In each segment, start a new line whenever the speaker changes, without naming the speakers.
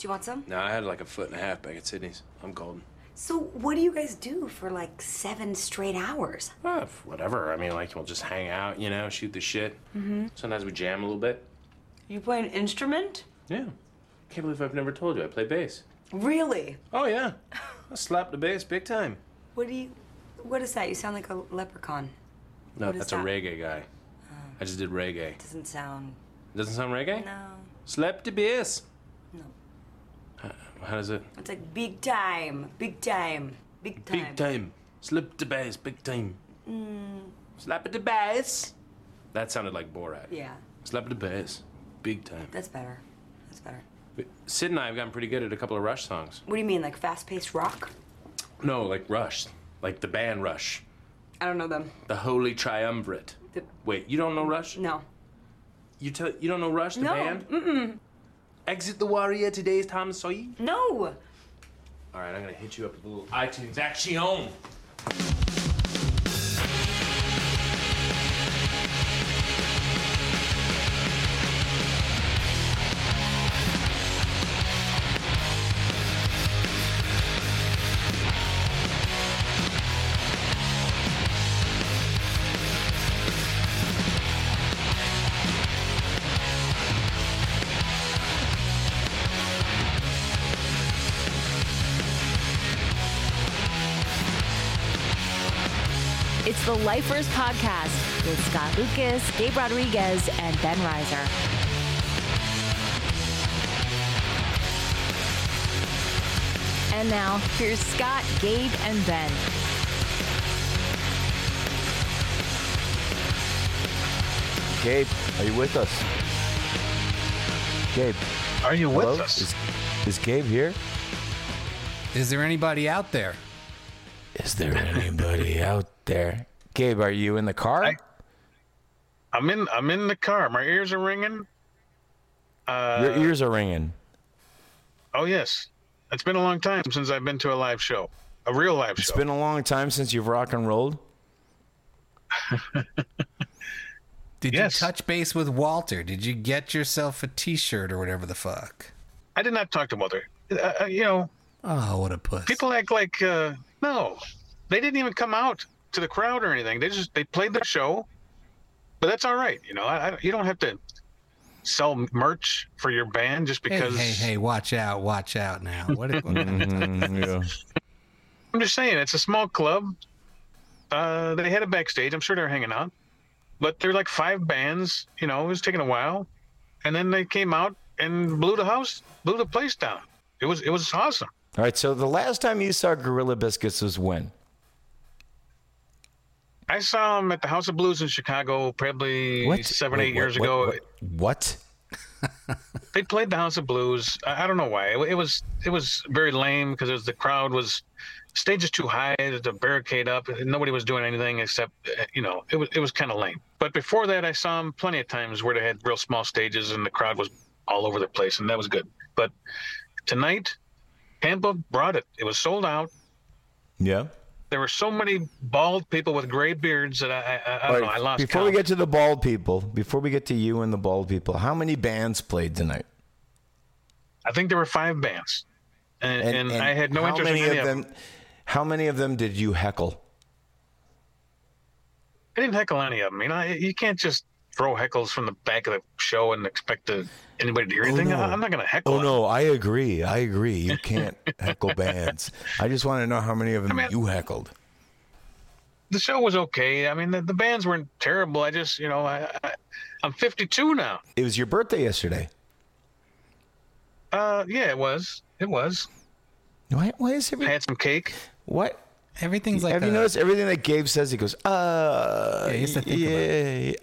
you want some?
Now I had like a foot and a half back at Sydney's. I'm golden.
So, what do you guys do for like seven straight hours?
Ah, f- whatever. I mean, like we'll just hang out, you know, shoot the shit. Mm-hmm. Sometimes we jam a little bit.
You play an instrument?
Yeah. Can't believe I've never told you I play bass.
Really?
Oh yeah, I slapped the bass big time.
What do you, what is that? You sound like a leprechaun.
No,
What is
that's a
that?
reggae guy. I just did reggae.
Doesn't sound.
Doesn't sound reggae.
No,
Slap the bass.
no.
How does it?
It's like big time, big time, big time.
Big time. Slip the bass. Big time.
Mm.
Slap the bass. That sounded like Borat.
Yeah,
Slap the bass. Big time.
that's better. That's better.
But Sid and I have gotten pretty good at a couple of Rush songs.
What do you mean, like fast-paced rock?
No, like Rush, like the band Rush,
I don't know them.
the Holy Triumvirate.
The,
Wait, you don't know Rush?
no.
You tell you don't know Rush, the
No,
band? Mm-mm. Exit the Warrior. Today's Tom Sawyer.
No.
All right, I'm gonna hit you up with a little iTunes action.
It's the Lifers Podcast with Scott Lucas, Gabe Rodriguez, and Ben Reiser. And now, here's Scott, Gabe, and Ben.
Gabe, are you with us? Gabe,
Are you with
hello?
us?
Is, is Gabe here?
Is there anybody out there?
Is there anybody out there? Gabe, are you in the car?
I- I'm in. I'm in the car. My ears are ringing.
Your
uh,
ears are ringing.
Oh yes, it's been a long time since I've been to a live show, a real live
It's
show.
been a long time since you've rock and rolled.
Did
Yes.
you touch base with Walter? Did you get yourself a T-shirt or whatever the fuck?
I did not talk to Mother. Uh, uh, you know,
Oh, what a puss!
people act like uh, no, they didn't even come out to the crowd or anything. They just they played their show, but that's all right. You know, I, I, you don't have to sell merch for your band just
hey,
because.
hey, hey, watch out, watch out now! What? A,
Mm,
I'm just saying, it's a small club. Uh, they had a backstage. I'm sure they're hanging out, but there were like five bands. You know, it was taking a while, and then they came out and blew the house, blew the place down. It was it was awesome.
All right, so the last time you saw Gorilla Biscuits was when?
I saw them at the House of Blues in Chicago probably seven,
Wait,
eight
what-
years
what-
ago.
What? what?
They played the House of Blues. I, I don't know why. It, wa- it was it was very lame because it was the crowd was stage is too high. They had to barricade up. and Nobody was doing anything except uh, you know it was it was kind of lame. But before that, I saw them plenty of times where they had real small stages and the crowd was all over the place, and that was good. But tonight, Tampa brought it. It was sold out.
Yeah.
There were so many bald people with gray beards that I I, I don't know. I lost.
before
count.
we get to the bald people, before we get to you and the bald people, how many bands played tonight?
I think there were five bands, and, and, I had no
how
interest
many
in any
of them. How many of them did you heckle?
I didn't heckle any of them. You know, you can't just throw heckles from the back of the show and expect to, anybody to hear anything.
Oh, no.
I- I'm not going to heckle.
Oh
them.
no, I agree. I agree. You can't heckle bands. I just want to know how many of them
mean-
you heckled.
The show was okay. I mean, the, the bands weren't terrible. I just, you know, I, I, I'm 52 now.
It was your birthday yesterday.
Uh, yeah, it was. It was.
Why? Why is
I
every
had some cake.
what?
everything's like
Have
a,
you noticed everything that Gabe says? He goes, uh,
Yeah, he has to think about
yeah,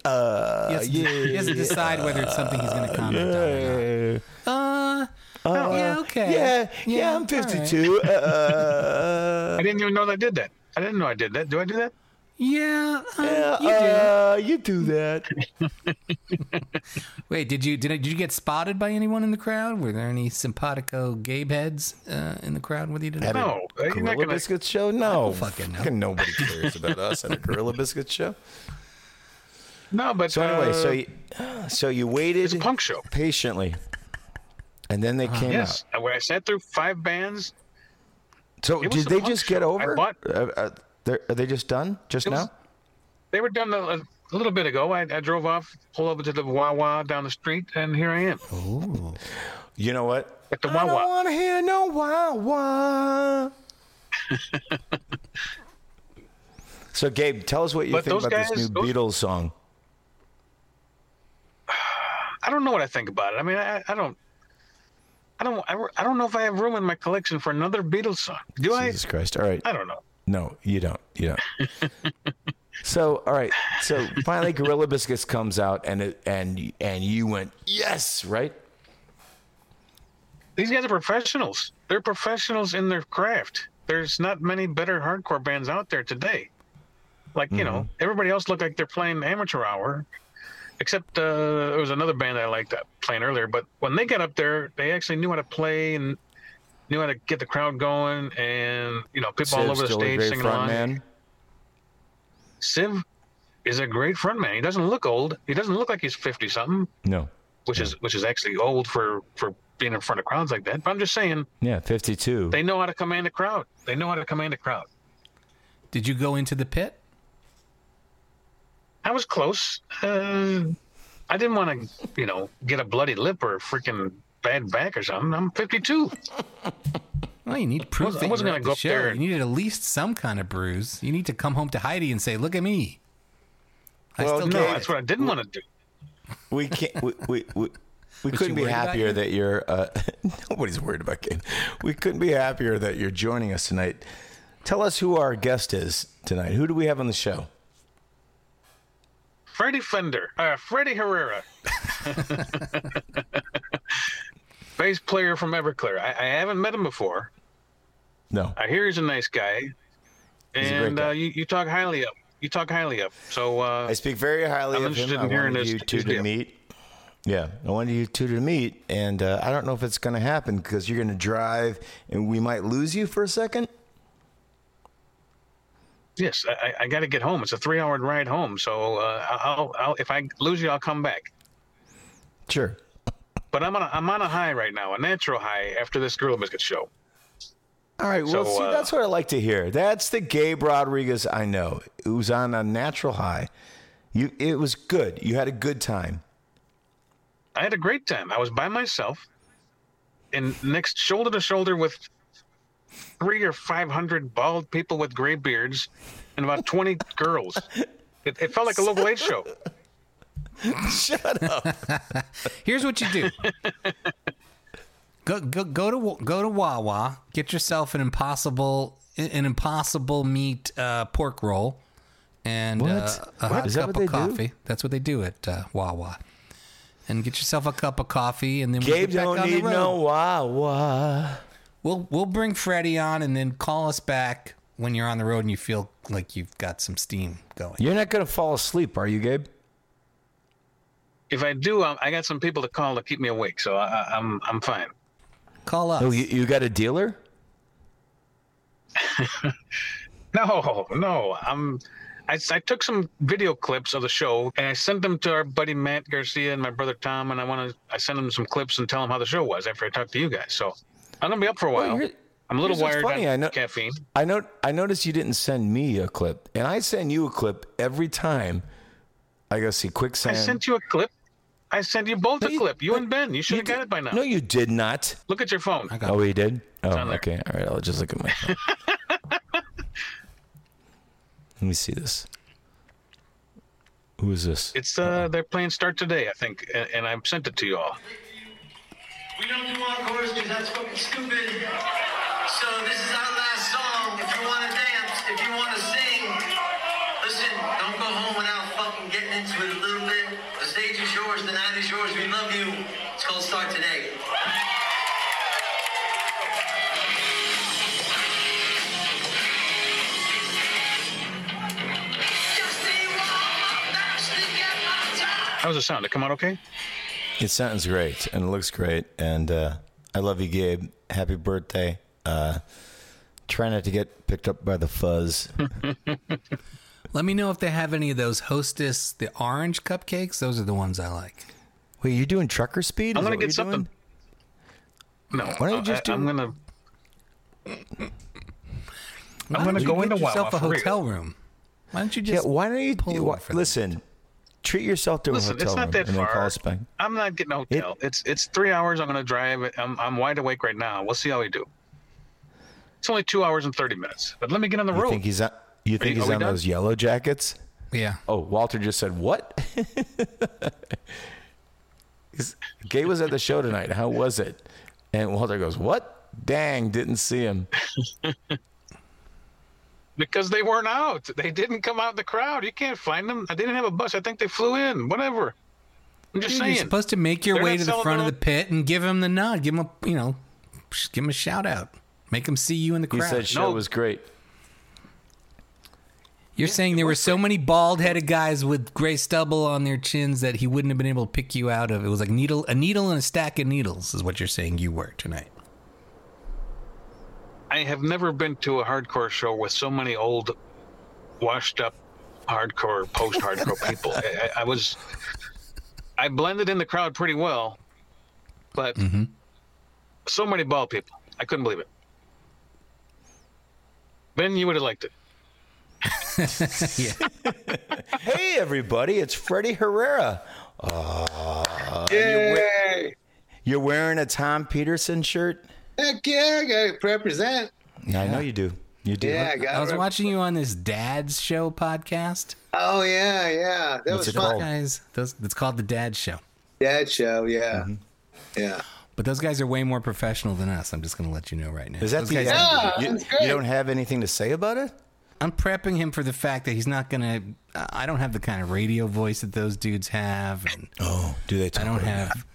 uh,
He has, to,
yeah,
he has to decide whether it's something he's going to comment
yeah,
on. Or not. Uh, yeah, okay.
yeah, yeah. I'm
all right.
52. Uh,
I didn't even know that I did that. I didn't know I did that. Do I do that?
Yeah, um, you do.
uh, you do that.
Wait, did you did, I- did you get spotted by anyone in the crowd? Were there any simpatico Gabe heads uh, in the crowd with you today?
At
No,
a
you're not
Gorilla
gonna-
Biscuits show? No,
fucking know.
nobody cares about us at a Gorilla Biscuits show.
No, but
So anyway,
uh,
so you, so you waited
it's a punk show.
patiently. And then
Uh-huh.
they came
Yes, I, I sat through five bands.
out. So
It was
did they
a punk
just get
show. I
over?
bought-
uh, uh, they're, are they just done just
It was-
now?
They were done a, a little bit ago. I, I drove off, pulled over to the Wawa down the street, and here I am
You know what?
at the
I don't
Wawa.
want to hear no wah wah. so, Gabe, tell us what you
But
think
those
about this
guys-
new
those-
Beatles song.
I don't know what I think about it. I mean, I, I don't. I don't. I, I don't know if I have room in my collection for another Beatles song. Do
Jesus Christ! All right,
I? I don't know.
no, you don't. You don't. so, all right. So finally, Gorilla Biscuits comes out, and it, and and you went yes, right?
These guys are professionals. They're professionals in their craft. There's not many better hardcore bands out there today. Like you know,
Mm-hmm.
everybody else looked like they're playing amateur hour, except uh, there was another band I liked that playing earlier. But when they got up there, they actually knew how to play and knew how to get the crowd going, and you know, people all
Sid's
over the
still a
stage
great
singing
front
along.
man.
Siv is a great frontman. He doesn't look old. He doesn't look like he's fifty something,
No,
which is which is actually old for for being in front of crowds like that. But I'm just saying,
yeah, fifty-two.
they know how to command a crowd. They know how to command a crowd.
Did you go into the pit?
I was close. Uh, I didn't want to, you know, get a bloody lip or a freaking bad back or something. I'm 52.
Well, you need proof.
I
that you
wasn't
were
gonna
at
go
the
up
show.
there.
You needed at least some kind of bruise. You need to come home to Heidi and say, "Look at me." I
Well,
still
no,
No,
got
that's
it.
what I didn't want to do.
we can't. We we. we we
Was
couldn't
she
be
worried about
happier
you?
that you're. Uh, nobody's worried about Gabe. We couldn't be happier that you're joining us tonight. Tell us who our guest is tonight. Who do we have on the show?
Freddie Fender, uh, Freddie Herrera, bass player from Everclear. I, I haven't met him before.
No.
I hear he's a nice guy,
a great
and
guy.
Uh, you, you talk highly of You talk highly of. So uh,
I speak very highly
I'm
of him.
interested
I
in hearing
wanted
his-
you two
his
to
deal.
meet. Yeah, I wanted you two to meet, and uh, I don't know if it's going to happen because you're going to drive, and we might lose you for a second.
yes, I, I- I got to get home. It's a three-hour ride home. So uh, I'll, I'll, if I lose you, I'll come back.
Sure.
But I'm on a, I'm on a high right now, a natural high after this Gorilla Biscuit show.
All right.
So,
Well, see,
uh,
that's what I like to hear. That's the Gabe Rodriguez I know, who's on a natural high. You, it was good. You had a good time.
I had a great time. I was by myself, and next shoulder to shoulder with three or five hundred bald people with gray beards, and about twenty girls. It, it felt like a local aid show.
Here's what you do. go go go to Wa- go to Wawa. Get yourself an impossible an impossible meat uh, pork roll and
What?
Uh, a
What?
hot
Is that
cup
what
of
they do?
coffee. That's what they do at uh, Wawa. And get yourself a cup of coffee, and then we
Gabe
get back
don't
on
need
the road.
no wah wah.
We'll we'll bring Freddie on, and then call us back when you're on the road and you feel like you've got some steam going.
You're not going to fall asleep, are you, Gabe?
If I do, I, I got some people to call to keep me awake, so I, I, I'm I'm fine.
Call us.
Oh, you, you got a dealer?
No, no, I'm. I, I took some video clips of the show and I sent them to our buddy Matt Garcia and my brother Tom, and I want to. I sent them some clips and tell them how the show was after I talked to you guys. So I'm gonna be up for a while.
here-
I'm a little
here's
wired
what's funny,
on
I know-
caffeine.
I know. I noticed you didn't send me a clip, and I send you a clip every time I go see
I
Quicksand.
sent you a clip. I sent you both
But
a
you-
clip. You
but
and Ben, you should have got it by now.
No, you did not.
Look at your phone.
I got
Oh, he did. Oh,
on there.
okay. All right. I'll just look at my. phone. Let me see this. Who is this?
It's uh, they're playing Start Today, I think, and, and I sent it to you all.
We don't do encores because that's fucking stupid. So this is our last song. If you want to dance, if you want to sing, listen, don't go home without fucking getting into it a little bit. The stage is yours, the night is yours. We love you. It's called Start Today.
How's the sound? Did it come out okay?
It sounds great and it looks great. And uh, I love you, Gabe. Happy birthday. Uh, try not to get picked up by the fuzz.
Let me know if they have any of those hostess, the orange cupcakes. Those are the ones I like.
Wait, you're doing trucker speed?
I'm
Is
gonna
that what
get
you're doing?
something. No.
Why don't you
uh,
just
I,
do-
I'm gonna. I'm
Why
gonna
don't
go
you
into
get yourself
Wawa
a
for real.
hotel room. Why don't you
Yeah,
just?
why don't you
pull
why-
over for that.
listen? Treat yourself to
Listen,
a hotel
it's not
room
that
and then call
far.
us back.
I'm not getting a hotel. it's it's three hours. I'm gonna drive. I'm I'm wide awake right now. We'll see how we do. It's only two hours and thirty minutes. But let me get on the
You
road.
think he's on? You think
you-
he's
are we
on
done?
those yellow jackets?
Yeah.
Oh, Walter just said what? He's- Gay was at the show tonight. How was it? And Walter goes, "What? Dang, didn't see him."
because they weren't out. They didn't come out of the crowd. You can't find them. I didn't have a bus. I think they flew in. Whatever. I'm just
Dude,
saying.
you're supposed to make your
They're
way
not
to the
selling
front of the
out.
pit and give him the nod. Give him a, you know, just give him a shout out. Make him see you in the
He
crowd.
said, "Show
No.
was great."
You're saying there were so many bald headed guys with gray stubble on their chins that he wouldn't have been able to pick you out of. It was like needle a needle and a stack of needles is what you're saying you were tonight.
I have never been to a hardcore show with so many old, washed up, hardcore, post hardcore people. I, I- I was, I blended in the crowd pretty well, but so many bald people. I couldn't believe it. Ben, you would have liked it.
Hey, everybody! It's Freddie Herrera. Uh,
Yay!
You're wearing a Tom Peterson shirt.
Heck yeah, I gotta represent.
Yeah, I know you do. You do.
Yeah, I got
I was watching you on this dad's show podcast.
Oh yeah, yeah. That
What's
was
it
fun.
called?
Guys, those it's called the dad show.
Dad show, yeah.
Mm-hmm.
Yeah.
But those guys are way more professional than us. I'm just gonna let you know right now.
Is that
Those
the?
guys-
Yeah,
you,
that's
you
great.
don't have anything to say about it?
I'm prepping him for the fact that he's not gonna. I don't have the kind of radio voice that those dudes have, and
Oh, do they? Talk
I don't have.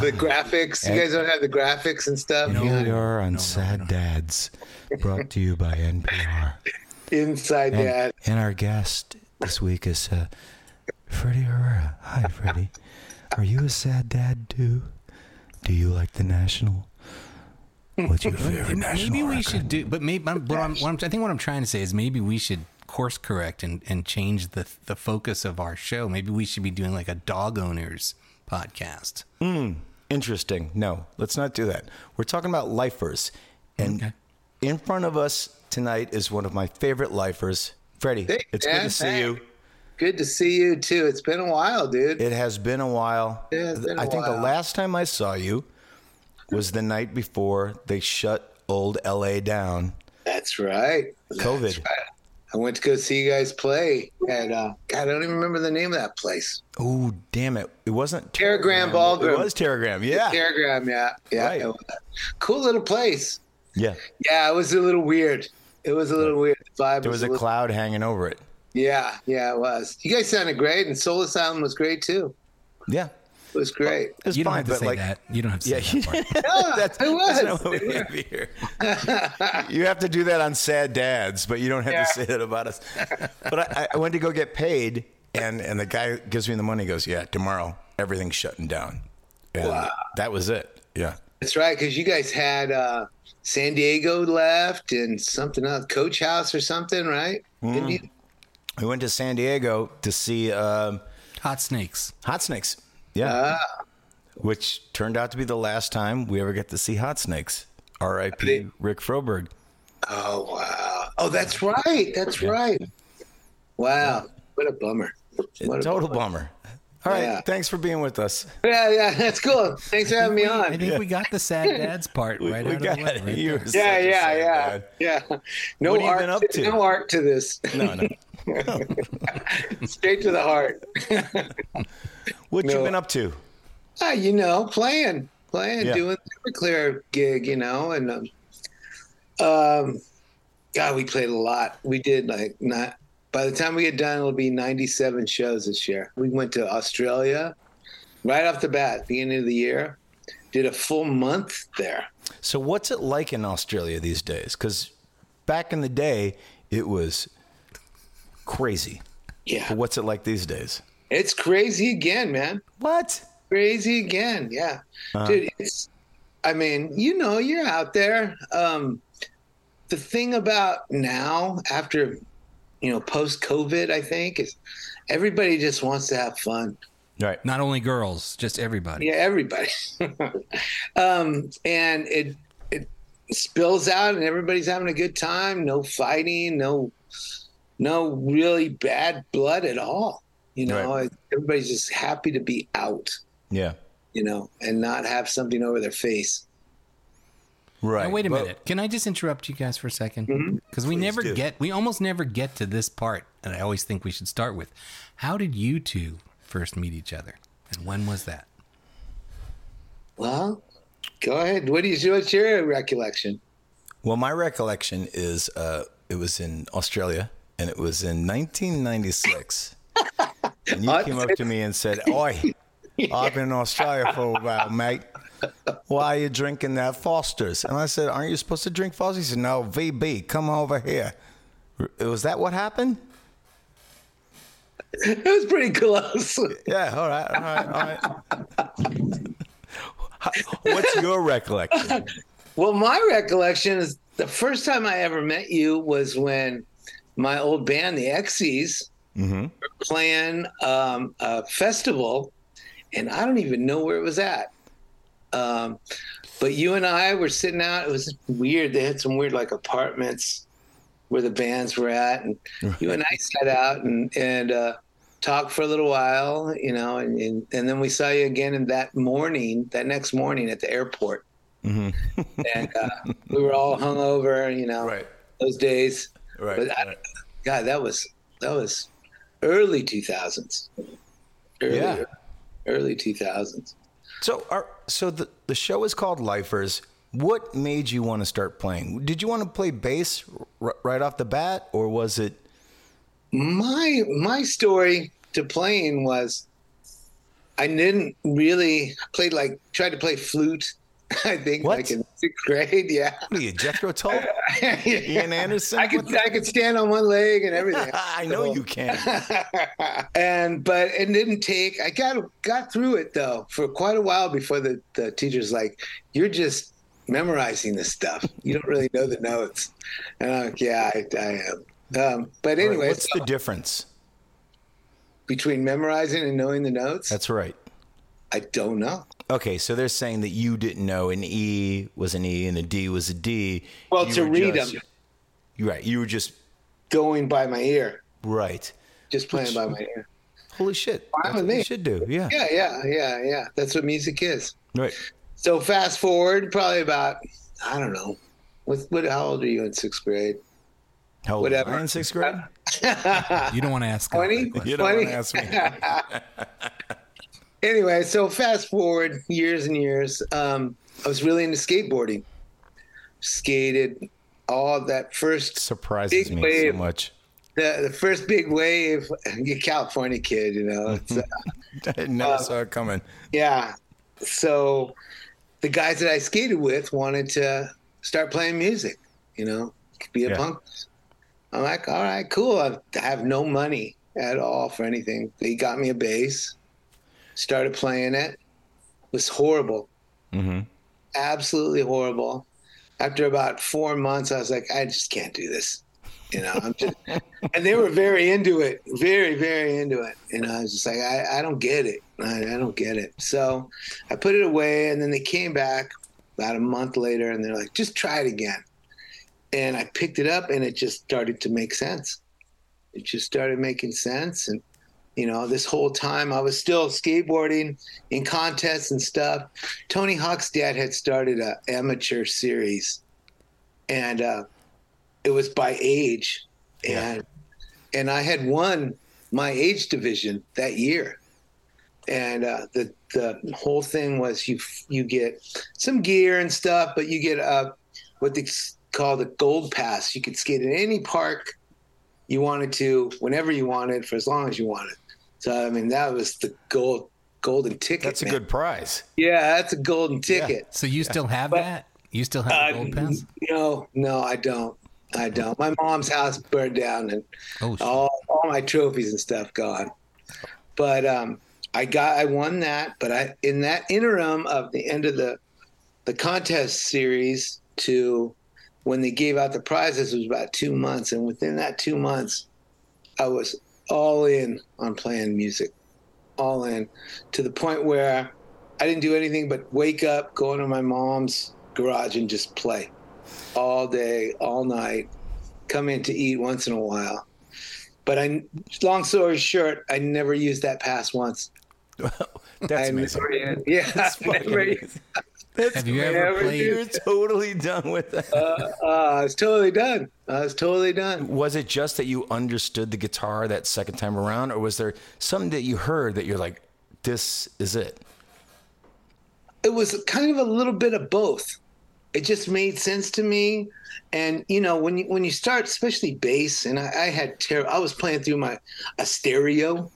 The graphics. You guys don't have the graphics and stuff.
Here we are on Sad Dads, brought to you by NPR.
Inside
And,
dad.
and our guest this week is uh, Freddie Herrera. Hi, Freddie. Are you a sad dad too? Do you like the National? What's your favorite National?
Maybe we
record?
should do, but maybe but I'm, what I'm, I think what I'm trying to say is maybe we should course correct and, and change the the focus of our show. Maybe we should be doing like a dog owners podcast.
Interesting. No, let's not do that. We're talking about lifers, and
Okay.
in front of us tonight is one of my favorite lifers, Freddie.
Hey,
it's good
man.
to see
Hey.
you.
Good to see you too. It's been a while, dude.
It has been a while.
It has been a
I think the
while.
last time I saw you was the night before they shut old LA down.
That's right.
COVID.
I went to go see you guys play at uh God, I don't even remember the name of that place.
Oh, damn it. It wasn't
Terragram
It
Ballroom.
was Terragram. Yeah.
Telegram, yeah. Yeah.
Right.
it was. Cool little place.
yeah.
Yeah, it was a little weird. It was a little weird. The vibe
There was a
little,
cloud hanging over it.
Yeah, yeah, it was. You guys sounded great, and Soul Asylum was great too.
Yeah.
It was great.
It was
You don't
fine,
have to
but
say
like
that. You don't have to say
Yeah.
that part.
Yeah,
that's,
it was.
that's not what we have here. you have to do that on Sad Dads, but you don't have
Yeah.
to say that about us. But I, I went to go get paid, and, and the guy gives me the money. He goes, yeah, tomorrow everything's shutting down. And that was it. Yeah.
That's right, because you guys had uh, San Diego left and something else, Coach House or something, right?
Hmm.
Didn't you?
We went to San Diego to see um,
Hot snakes.
Hot Snakes. Yeah. Which turned out to be the last time we ever get to see Hot Snakes. R.I.P. Rick Froberg.
Oh wow! Oh, that's right. That's right. Wow, what a bummer. What a
Total bummer. All right.
Yeah.
Thanks for being with us.
Yeah, yeah, that's cool. Thanks for having me
I
on.
think we got the sad dads part right
we
out
got
of the way. right?
you. were such
Yeah,
a
yeah,
sad
yeah,
dad.
yeah. No
What have you
art.
been up to?
No art to this.
No, no.
Straight to the heart.
What you
No.
been up to?
Ah, you know, playing, playing,
Yeah.
doing the clear gig, you know, and um, um, God, we played a lot. We did like not. By the time we get done, it'll be 97 shows this year. We went to Australia right off the bat, beginning of the year. Did a full month there.
So, what's it like in Australia these days? Because back in the day, it was crazy.
Yeah,
But what's it like these days?
it's crazy again, man.
What?
crazy again. Yeah, dude. It's, I mean, you know, you're out there. Um, the thing about now, after you know, post COVID, I think is everybody just wants to have fun.
Right.
Not only girls, just everybody.
Yeah, everybody. um, and it it spills out, and everybody's having a good time. No fighting. No no really bad blood at all. You know,
Right.
everybody's just happy to be out.
Yeah.
You know, and not have something over their face.
Right.
Now, wait a
Well,
minute. Can I just interrupt you guys for a second?
Mm-hmm.
Because we never
do.
get, we almost never get to this part, and I always think we should start with how did you two first meet each other? And when was that?
Well, go ahead. What is what's your recollection?
Well, my recollection is uh, it was in Australia and it was in 1996. and you came up to me and said, Oi, I've been in Australia for a while, mate. Why are you drinking that Foster's? And I said, Aren't you supposed to drink Foster's? He said, No, VB, come over here. Was that what happened?
It was pretty close.
Yeah, all right, all right, all right. What's your recollection?
Well, my recollection is the first time I ever met you was when my old band, the X's, were playing um, a festival, and I don't even know where it was at. Um, but you and I were sitting out. It was weird. They had some weird like apartments where the bands were at, and you and I sat out and and uh, talked for a little while, you know, and, and and then we saw you again in that morning, that next morning at the airport and uh, we were all hungover, you know,
Right.
those days.
Right,
But I,
right.
God, that was that was early two thousands. Early,
Yeah.
early two thousands.
So, our, so the, the show is called Lifers. What made you want to start playing? Did you want to play bass r- right off the bat, or was it?
My my story to playing was I didn't really I played like tried to play flute. I think
What?
like in sixth grade, yeah.
What are you, Jethro Tull? Ian Anderson?
I could
What the-
I could stand on one leg and everything.
I know you can.
and but it didn't take i got got through it though for quite a while before the, the teacher's like you're just memorizing this stuff you don't really know the notes and i'm like yeah i, I am um, but
All right,
anyway
what's the difference?
between memorizing and knowing the notes
That's right.
i don't know
Okay, so they're saying that you didn't know an E was an E and a D was a D.
well
You
to
were
read
just-
them
Right. You were just
going by my ear
right.
just playing by my ear
Holy shit. That's
with
what you
me.
should do. Yeah.
yeah yeah yeah yeah that's what music is
Right.
so fast forward probably about i don't know what, what how old are you in sixth grade
How old
Whatever.
Am I in sixth grade?
You don't want to ask.
Twenty?
You don't
Funny.
want to ask me.
anyway, so fast forward years and years, um, I was really into skateboarding. Skated all that first
Surprises
Big
me
wave.
so much.
the, the first big wave. you California kid, you know. It's, uh,
I never saw it coming.
yeah. So the guys that I skated with wanted to start playing music, you know, be a
Yeah.
punk. I'm like, all right, cool. I've, I have no money at all for anything. They got me a bass, started playing it. was horrible. Absolutely horrible. After about four months, I was like, I just can't do this. You know, I'm just, and they were very into it, very, very into it. And I was just like, I, I don't get it. I, I don't get it. So I put it away. And then they came back about a month later and they're like, just try it again. And I picked it up and it just started to make sense. It just started making sense. And, you know, this whole time I was still skateboarding in contests and stuff. Tony Hawk's dad had started a amateur series, and uh, it was by age, and and I had won my age division that year, and uh, the the whole thing was you you get some gear and stuff, but you get uh, what they call the gold pass. You could skate in any park you wanted to, whenever you wanted, for as long as you wanted. So I mean, that was the gold golden ticket.
That's a
man.
good prize.
Yeah, that's a golden ticket. Uh,
So you still have that? You still have the gold pass?
No, no, I don't. I don't. My mom's house burned down and
Oh, shit.
all, all my trophies and stuff gone. But um, I got I won that, but I in that interim of the end of the the contest series to when they gave out the prizes was about two months, and within that two months, I was all in on playing music. all in to the point where I didn't do anything but wake up, go into my mom's garage and just play all day, all night, come in to eat once in a while. But I, long story short, I never used that pass once.
That's
I'm-
amazing.
Yeah,
That's
I never-
fucking amazing. That's
Have you ever
never-
played-
You're totally done with that.
uh, I was totally done. I was totally done.
was it just that you understood the guitar that second time around, or was there something that you heard that you're like, this is it?
it was kind of a little bit of both. It just made sense to me, and you know when you when you start, especially bass, and I, I had ter- I was playing through my a stereo and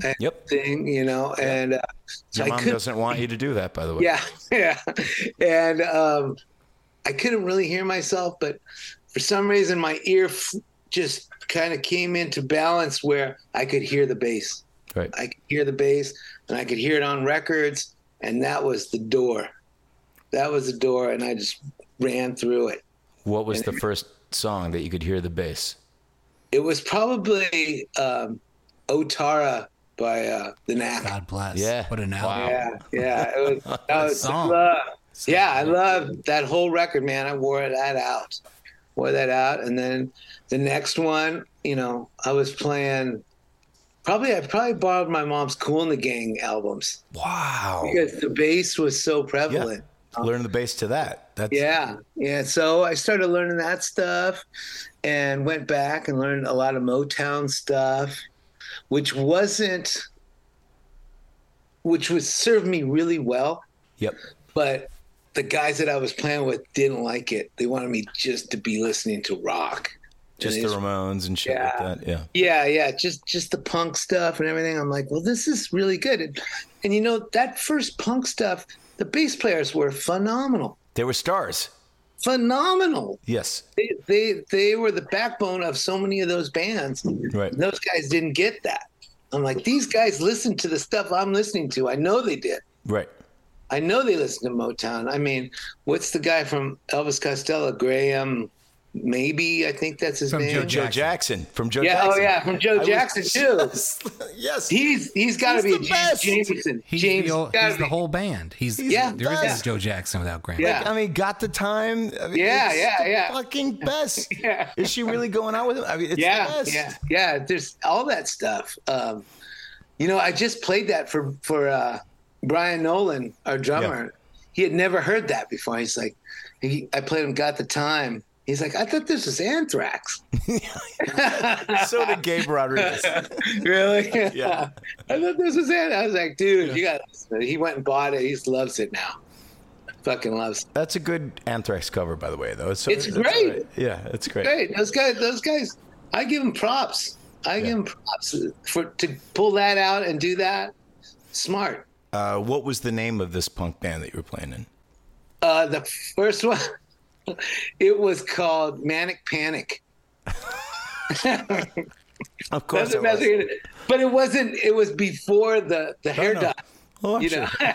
Mm-hmm. Yep.
thing, you know, and uh, so
Your
I
mom
couldn't-
doesn't want you to do that, by the way.
yeah, yeah, and um, I couldn't really hear myself, but for some reason my ear f- just kind of came into balance where I could hear the bass.
Right.
I could hear the bass and I could hear it on records. And that was the door. That was the door. And I just ran through it.
What was the first song that you could hear the bass?
It was probably um, Otara by uh, The Knack.
God bless.
Yeah.
What an
Wow.
album.
Yeah, yeah. It was, that was
song.
love. Yeah, I love that whole record, man. I wore that out. Wore that out. And then the next one, you know, I was playing probably I probably borrowed my mom's Cool in the Gang albums
Wow.
because the bass was so
Yeah.
prevalent.
Learn the bass to that. That's
Yeah. Yeah. So I started learning that stuff and went back and learned a lot of Motown stuff, which wasn't, which was served me really well.
Yep.
But the guys that I was playing with didn't like it. They wanted me just to be listening to rock.
Just
And
the
it's-
Ramones and shit
Yeah.
like that. Yeah.
yeah, yeah, just just the punk stuff and everything. I'm like, well, this is really good. And, and you know that first punk stuff, the bass players were phenomenal,
They were stars.
phenomenal.
Yes.
They they, they were the backbone of so many of those bands.
Right.
And those guys didn't get that. I'm like, these guys listen to the stuff I'm listening to. I know they did.
Right.
I know they listen to Motown. I mean, what's the guy from Elvis Costello? Graham, maybe I think that's his
From
name.
Joe
Joe Jackson from Joe
yeah,
Jackson.
oh yeah, from Joe Jackson too.
too. yes.
He's he's got to be
He's
a
the
James
best.
Jameson.
He's,
James
the, old,
gotta
he's the
be-
whole band. He's,
Yeah.
there is no
Yeah.
Joe Jackson without Graham.
Yeah.
I mean, got the time. I mean,
Yeah,
it's
yeah,
the
yeah.
Fucking best.
Yeah.
Is she really going out with him? I mean, it's the
yeah,
best.
yeah, yeah. There's all that stuff. Um, you know, I just played that for for uh, Brian Nolan, our drummer. He had never heard that before. He's like, he, I played him "Got the Time." He's like, I thought this was Anthrax.
So did Gabe Rodriguez.
really?
Yeah.
I thought this was it. I was like, dude, you got. to He went and bought it. He loves it now. Fucking loves it.
That's a good Anthrax cover, by the way, though. So
It's
that's
great.
all right. Yeah, it's great.
Great. Those guys. Those guys. I give them props. I give them props for to pull that out and do that. Smart.
Uh, what was the name of this punk band that you were playing in?
Uh, the first one. It was called Manic Panic.
Of course, it
Doesn't matter.
was.
But it wasn't. It was before the the hair
no.
dye.
Oh, I'm
You know.
sure.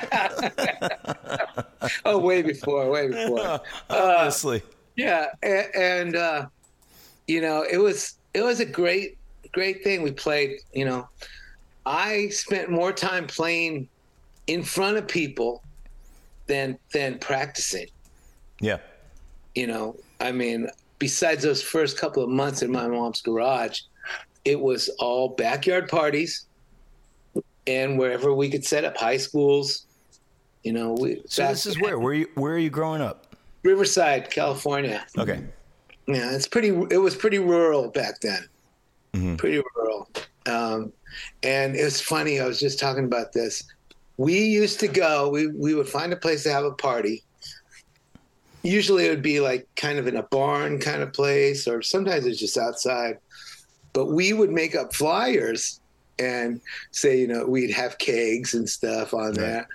oh, way before. Way before.
Honestly.
yeah a- and uh you know it was it was a great great thing we played you know i spent more time playing in front of people than than practicing
Yeah.
you know i mean besides those first couple of months in my mom's garage it was all backyard parties and wherever we could set up high schools you know we
So this is where? Where you, where are you growing up?
riverside california
Okay.
Yeah, it's pretty. It was pretty rural back then. Pretty rural, um, and it was funny. I was just talking about this. We used to go. We we would find a place to have a party. Usually, it would be like kind of in a barn kind of place, or sometimes it's just outside. But we would make up flyers and say, you know, we'd have kegs and stuff on there,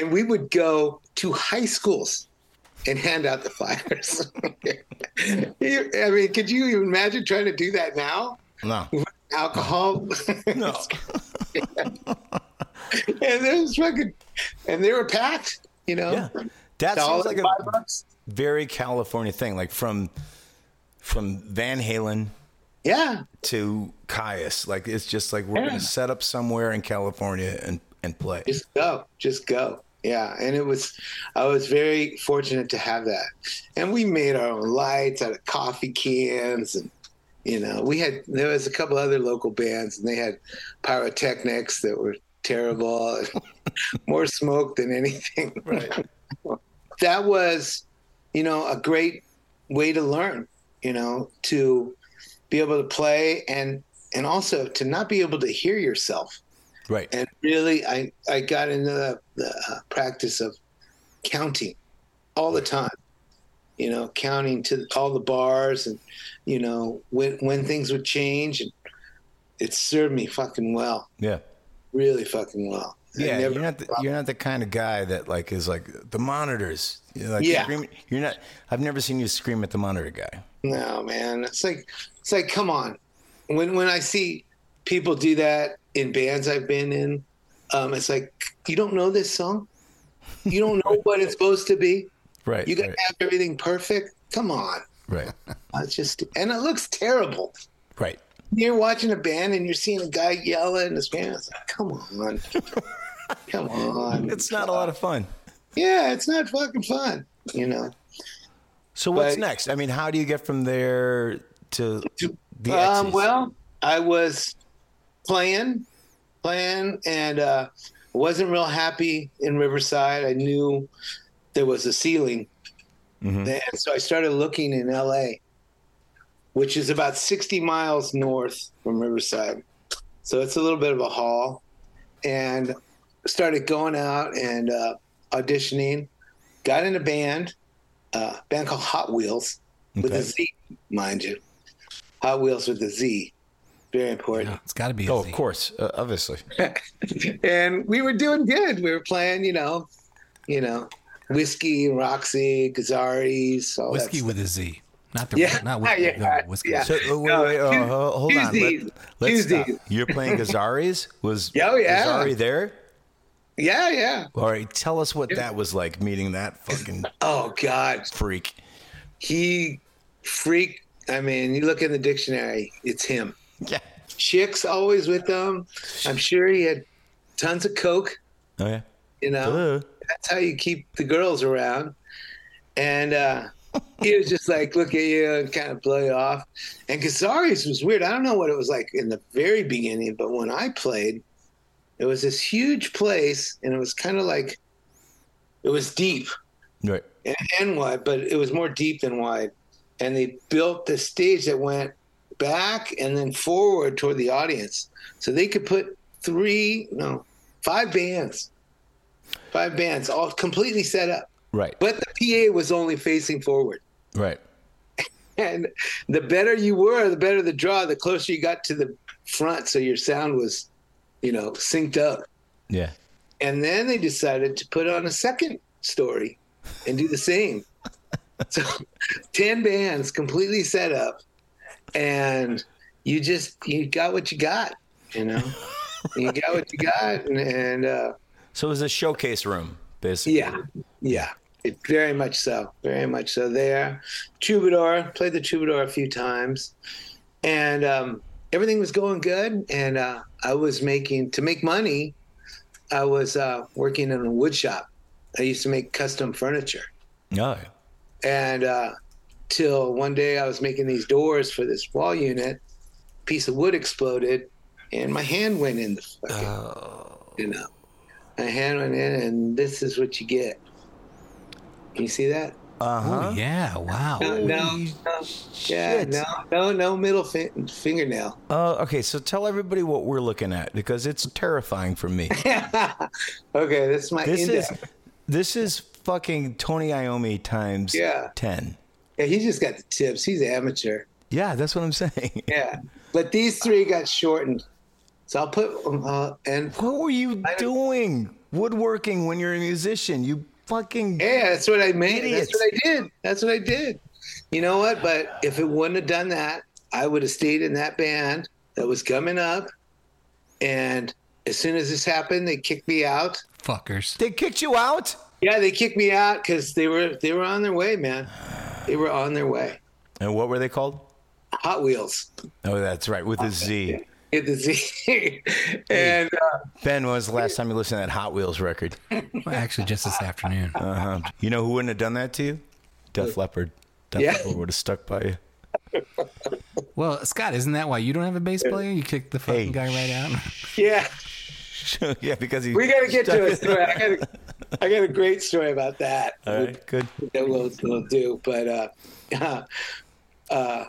and we would go to high schools and hand out the flyers. You- I mean, could you even imagine trying to do that now?
No.
Alcohol.
No.
and it was fucking, and they were packed, you know?
Yeah. That
Dollar,
sounds like
five
a
bucks.
very California thing. Like from from Van Halen
Yeah.
to Caius. Like it's just like we're gonna set up somewhere in California and and play.
just go just go yeah and it was i was very fortunate to have that and we made our own lights out of coffee cans and you know we had there was a couple other local bands and they had pyrotechnics that were terrible more smoke than anything
Right.
that was you know a great way to learn you know to be able to play and and also to not be able to hear yourself
Right.
and really I, I got into the, the uh, practice of counting all the time you know counting to all the bars and you know when when things would change and it served me fucking well
yeah.
really fucking well I
Yeah,
never-
you're not the, you're not the kind of guy that like is like the monitors. You're like
Yeah.
screaming- you're not. I've never seen you scream at the monitor guy.
no man it's like it's like come on when when i see people do that in bands i've been in um it's like you don't know this song you don't know what it's supposed to be
Right.
you gotta
right,
have everything perfect come on
right.
It's just, and it looks terrible.
Right.
You're watching a band and you're seeing a guy yell at his parents. Like, Come on, come on.
It's not a lot of fun.
yeah, it's not fucking fun, you know.
So what's
But-
next? I mean, how do you get from there to the
Um,
X's?
well, I was playing, playing, and uh, wasn't real happy in Riverside. I knew there was a ceiling,
Mm-hmm.
and so I started looking in L.A., which is about 60 miles north from Riverside. So it's a little bit of a haul, and started going out and uh, auditioning. Got in a band, uh, band called Hot Wheels, with a
Okay.
Z, mind you. Hot Wheels with a Z. Very important.
It's got to be.
oh, of course, uh, obviously.
And we were doing good. We were playing, you know, you know, whiskey, Roxy, Gazari's, all
Whiskey
that.
with a Z, not the
Yeah,
not whiskey.
yeah,
no, whiskey.
yeah.
So uh, wait,
No,
wait, uh,
Tues-
ho- hold on.
Tuesdays.
Let, us stop.
Tuesdays.
You're playing Gazari's. Was
Yeah, oh, yeah.
Gazari there?
Yeah, yeah.
All right, tell us what that was like meeting that fucking
Oh God,
freak.
he freak. I mean, you look in the dictionary, it's him.
Yeah.
Chicks always with them. I'm sure he had tons of coke.
Oh yeah.
You know.
Duh.
that's how you keep the girls around. And uh, he was just like, look at you and kind of blow you off. And Casares was weird. I don't know what it was like in the very beginning, but when I played, it was this huge place and it was kind of like, it was deep
Right.
and, and wide, but it was more deep than wide. And they built the stage that went back and then forward toward the audience, so they could put three, no, five bands, five bands, all completely set up.
Right.
But the PA was only facing forward,
right.
and the better you were, the better the draw, the closer you got to the front, so your sound was, you know, synced up.
Yeah.
And then they decided to put on a second story and do the same. so 10 bands completely set up and you just you got what you got, you know. you got what you got and, and uh
So it was a showcase room, basically.
yeah. Yeah. It, very much so. Very much so there. Troubadour, played the Troubadour a few times. And um, everything was going good. And uh, I was making, to make money, I was uh, working in a wood shop. I used to make custom furniture.
Oh,
And uh, till one day I was making these doors for this wall unit, piece of wood exploded, and my hand went in the fucking,
Oh.
you know, my hand went in, and this is what you get. Can you see that?
Oh,
Uh-huh.
yeah. Wow.
No, no, no. yeah,
shit.
no, no, no middle fi- fingernail.
Uh, okay, so tell everybody what we're looking at because it's terrifying for me.
Okay, that's my
This is
index.
this is fucking Tony Iommi times
Yeah.
ten.
Yeah, he's just got the tips. He's amateur.
Yeah, that's what I'm saying.
Yeah, but these three got shortened. So I'll put uh, and
What were you doing woodworking when you're a musician? You fucking
Yeah, that's what I made.
Idiots.
That's what I did. That's what I did. You know what? But if it wouldn't have done that, I would have stayed in that band that was coming up. And as soon as this happened, they kicked me out.
Fuckers.
they kicked you out.
Yeah, they kicked me out because they were they were on their way, man. They were on their way.
And what were they called?
Hot Wheels.
Oh, that's right, with a Z.
Hit the Z. and uh,
Ben, when was the last time you listened to that Hot Wheels record?
Well, actually, just this afternoon.
Uh-huh. You know who wouldn't have done that to you? Def Leppard. Def
Yeah.
Leppard would have stuck by you.
Well, Scott, isn't that why you don't have a bass player? You kicked the fucking
Uh. Hey,
guy right out.
yeah,
yeah, because he.
we got to get to a story. I got a, I got a great story about that
All right, good.
that we'll, we'll do. But uh,
All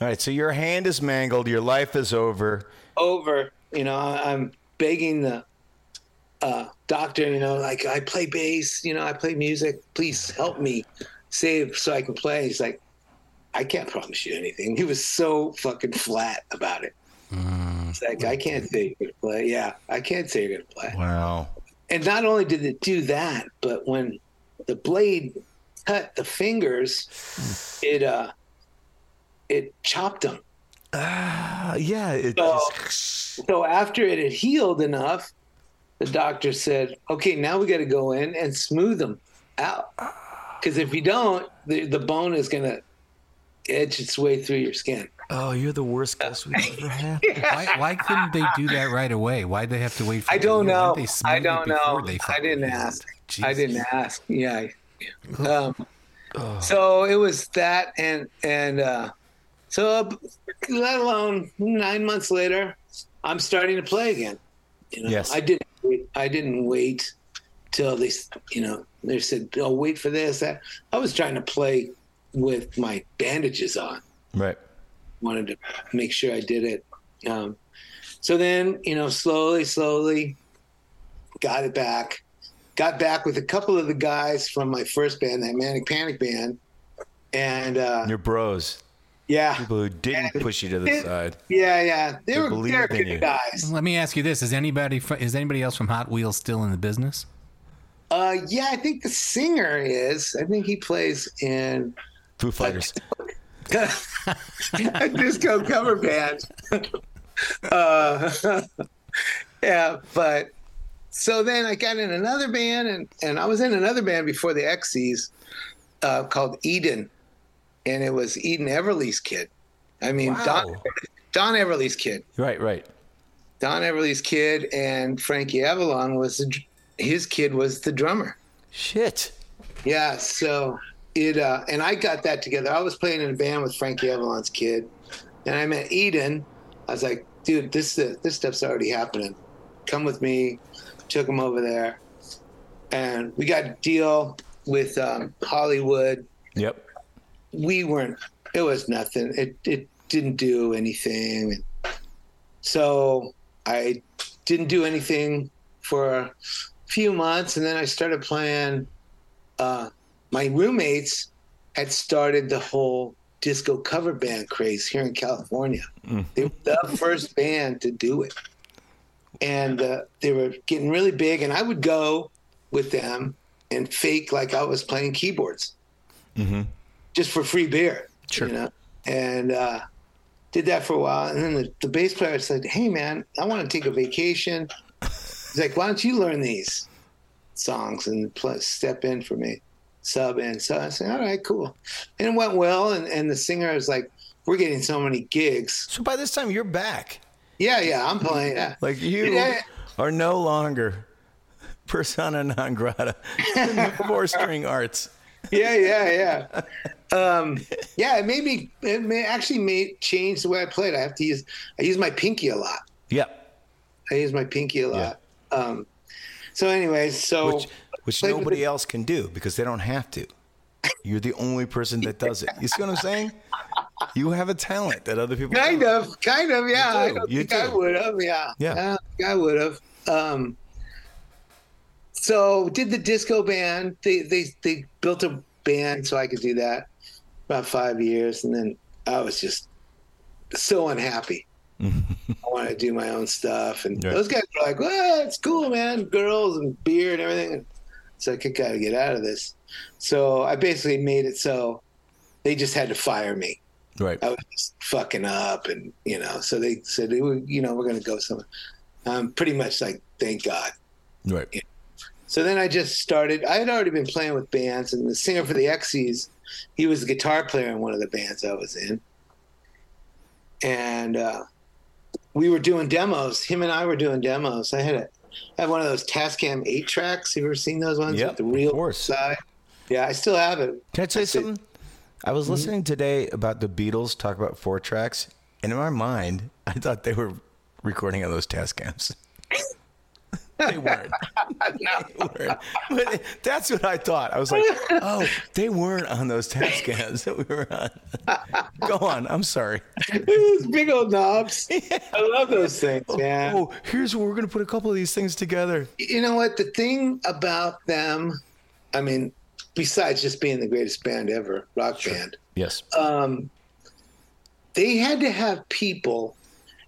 right, so your hand is mangled. Your life is over.
over. You know, I- I'm begging the uh, doctor. You know, like I play bass. You know, I play music. Please help me save so I can play. He's like, I can't promise you anything. He was so fucking flat about it. It's like I can't say you're gonna play. Yeah, I can't say you're gonna play.
Wow.
And not only did it do that, but when the blade cut the fingers, it uh, it chopped them.
Uh, yeah, it
So,
just-
so after it had healed enough, the doctor said, "Okay, now we got to go in and smooth them out, because if you don't, the, the bone is gonna edge its way through your skin."
Oh, you're the worst guest we've ever had.
Why, why couldn't they do that right away? Why'd they have to wait for
I
it to
don't
heal? Why
know.
didn't they smooth
I
it
don't
before
know.
they
I
fucking
didn't
healed?
ask. I
Jesus.
didn't ask. Yeah. I- Um, So it was that, and and uh, so uh, let alone nine months later, I'm starting to play again. You know,
Yes.
I didn't. Wait, I didn't wait till they, s- you know, they said, "Oh, wait for this." That I was trying to play with my bandages on
Right.
wanted to make sure I did it. Um, so then, you know, slowly, slowly got it back. Got back with a couple of the guys from my first band, that Manic Panic band. And uh,
Your bros,
yeah,
people who didn't push you to the side.
yeah, yeah. They
They
were
believed
they're
in
good
you.
guys.
Let me ask you this: Is anybody fr- is anybody else from Hot Wheels still in the business?
Uh, yeah, I think the singer is. I think he plays in
Foo Fighters.
a disco cover band. uh, yeah, but so then I got in another band, and and I was in another band before the X's uh, called Eden, and it was Eden Everly's kid. I mean Don Don Everly's kid.
Right, right.
Don Everly's kid and Frankie Avalon was the, dr- his kid was the drummer.
Shit.
Yeah, so it uh, and I got that together. I was playing in a band with Frankie Avalon's kid, and I met Eden. I was like, dude, this this stuff's already happening. Come with me. Took him over there, and we got a deal with um, Hollywood.
Yep.
We weren't. It was nothing. It it didn't do anything. So I didn't do anything for a few months, and then I started playing uh, my roommates had started the whole disco cover band craze here in California. They were the first band to do it. And uh, they were getting really big, and I would go with them and fake like I was playing keyboards just for free beer. Sure. You know? And uh, did that for a while. And then the, the bass player said, Hey, man, I want to take a vacation. He's like, Why don't you learn these songs and play, step in for me, sub in? So I said, All right, cool. And it went well. And, and the singer was like, We're getting so many gigs.
So by this time, you're back.
Yeah, yeah, I'm playing. Yeah.
Like you
Yeah.
are no longer persona non grata in the four string arts.
yeah, yeah, yeah. Um, yeah, it made me, it may, actually made change the way I played. I have to use, I use my pinky a lot.
Yep.
I use my pinky a lot. Um, so, anyways, so
Which, which
Played with
nobody
it.
else can do because they don't have to. You're the only person that does it. You see what I'm saying? You have a talent that other people
kind
don't.
of, kind of, yeah. I
do,
don't
you
think I
do.
would have, yeah.
Yeah.
I don't think I would have. Um, so, did the disco band? They they they built a band so I could do that about five years, and then I was just so unhappy. I wanted to do my own stuff, and
Right.
those guys were like, "Well, it's cool, man. Girls and beer and everything." It's like I gotta get out of this. So I basically made it so they just had to fire me.
Right.
I was just fucking up, and you know, so they said, "We- you know, we're going to go somewhere. Um, pretty much like, thank God.
Right.
So then I just started. I had already been playing with bands, and the singer for the X's, he was the guitar player in one of the bands I was in, and uh, we were doing demos. Him and I were doing demos. I had a, I had one of those Tascam eight tracks. You ever seen those ones
Yep,
with the
of
real
course.
side? Yeah, I still have it.
Can I tell you
That's it. Mm-hmm.
something? I was listening today about the Beatles talk about four tracks, and in my mind, I thought they were recording on those Tascams. they weren't. They weren't. But it- that's what I thought. I was like, oh, they weren't on those Tascams that we were on. Go on. I'm sorry.
Those big old knobs. I love those things, man.
Oh, here's where we're going to put a couple of these things together.
you know what the thing about them i mean besides just being the greatest band ever rock band
Yes.
they had to have people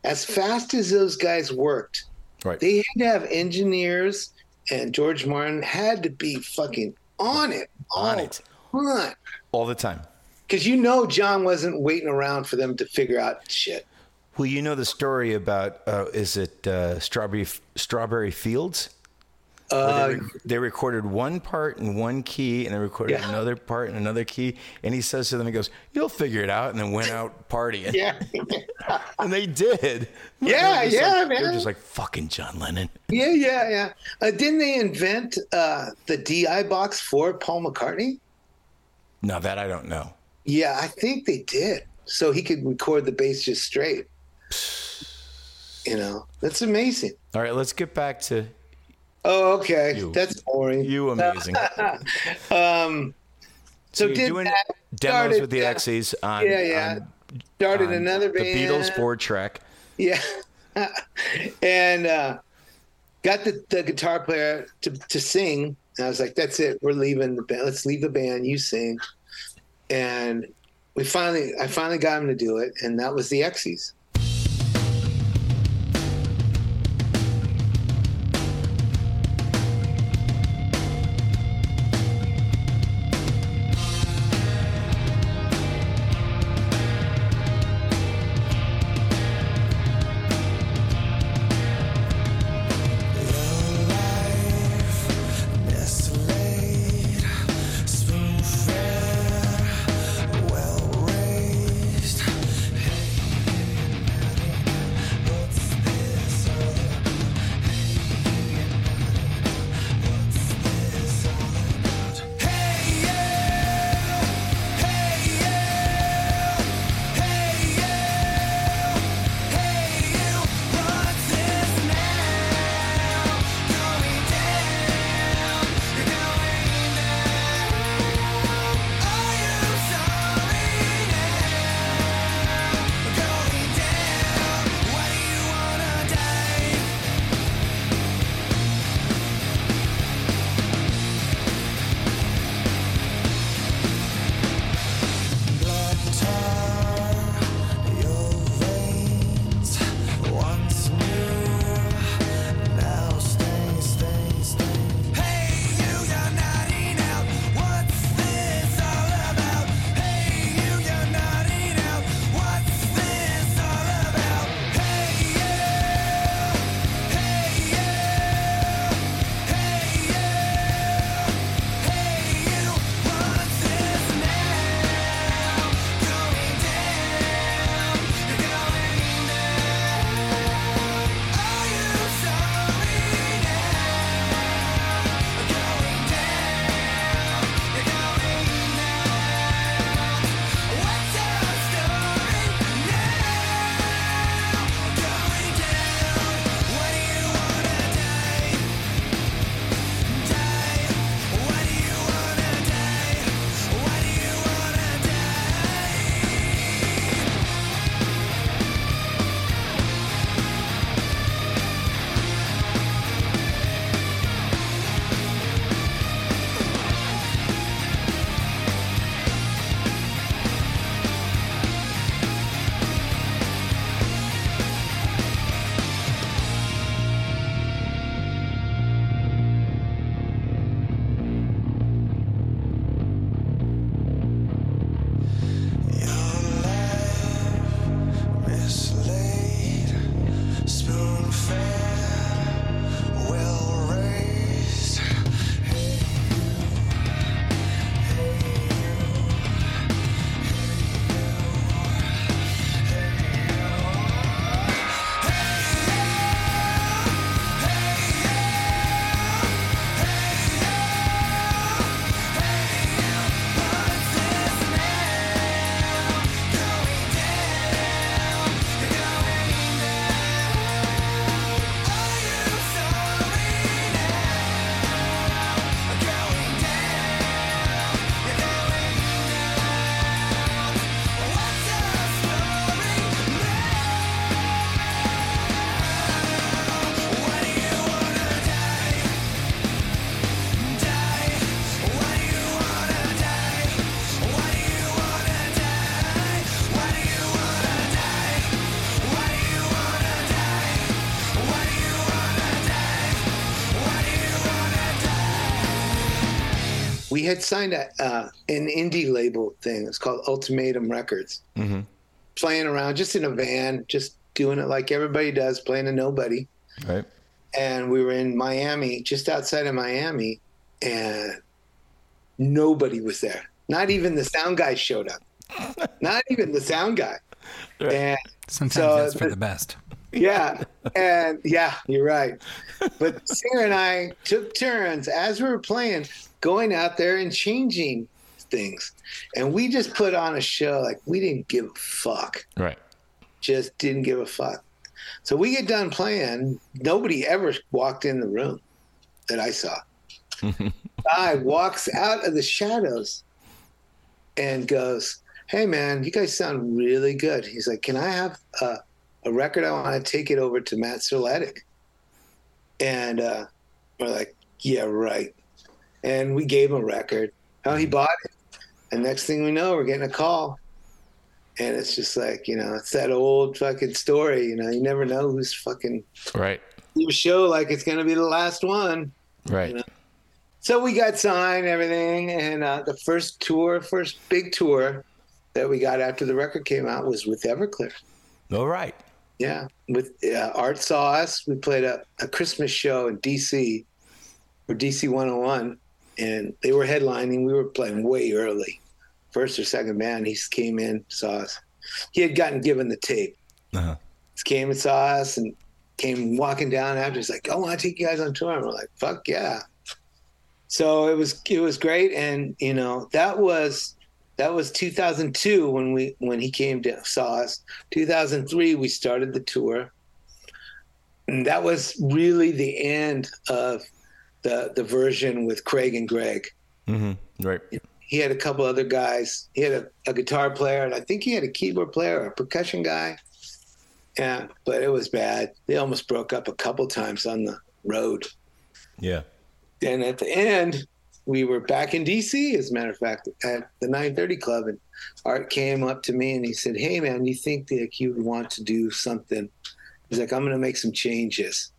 as fast as those guys worked
right.
they had to have engineers and george martin had to be fucking on it
On
all
it.
the time
All the time.
because you know john wasn't waiting around for them to figure out shit
Well, you know the story about uh, is it uh, strawberry strawberry fields? Where they, rec- they recorded one part in one key, and they recorded
Yeah.
another part in another key. And he says to them, he goes, "You'll figure it out," and then went out partying.
yeah
and they did.
Yeah,
They're just
yeah,
like, They're
man.
just like fucking John Lennon.
yeah yeah yeah uh, didn't they invent uh, the di box for paul mccartney
Now that I don't know.
Yeah, I think they did. So he could record the bass just straight. You know, that's amazing.
All right, let's get back to
Oh, okay.
You.
That's boring.
you. Amazing.
so
You're
did
doing
that,
demos
started
with the
that-
X's on,
Yeah, yeah.
on-
started
on
another
the
band.
Beatles four track.
Yeah. and uh, got the, the guitar player to, to sing. And I was like, that's it. We're leaving the band. Let's leave the band. You sing. And we finally, I finally got him to do it. And that was the X's. we had signed a, uh, an indie label thing. It's called Ultimatum Records.
Mhm.
Playing around, just in a van, just doing it like everybody does, playing to nobody.
Right.
And we were in Miami, just outside of Miami, and nobody was there. Not even the sound guy showed up. Not even the sound guy. And
Sometimes
So,
that's for
the-
the best.
yeah. And yeah, you're right. But Sarah and I took turns as we were playing, going out there and changing things. And we just put on a show like we didn't give a fuck.
Right.
Just didn't give a fuck. So we get done playing. Nobody ever walked in the room that I saw. Guy walks out of the shadows and goes, Hey man, you guys sound really good. He's like, Can I have uh, a record? I want to take it over to Matt Serletic. And uh, we're like, Yeah, right. And we gave him a record. Oh, he bought it. And next thing we know, we're getting a call. And it's just like, you know, it's that old fucking story. You know, you never know who's fucking
Right.
you show like it's going to be the last one.
Right.
know. So we got signed, everything, and uh, the first tour, first big tour that we got after the record came out was with Everclear.
All right.
Yeah, with uh, Art saw us. We played a, a Christmas show in DC for DC 101, and they were headlining. We were playing way early, first or second band. He came in, saw us. He had gotten given the tape.
Uh-huh.
He came and saw us, and came walking down after. He's like, "Oh, "I want to take you guys on tour." And we're like, "Fuck yeah!" So it was it was great, and you know that was that was 2002 when we when he came to saw us 2003 we started the tour and that was really the end of the the version with craig and greg
Mm-hmm. Right.
he had a couple other guys he had a, a guitar player and i think he had a keyboard player or a percussion guy yeah but it was bad they almost broke up a couple times on the road
Yeah.
and at the end we were back in dc as a matter of fact at the 930 club and art came up to me and he said hey man you think that you would want to do something he's like i'm going to make some changes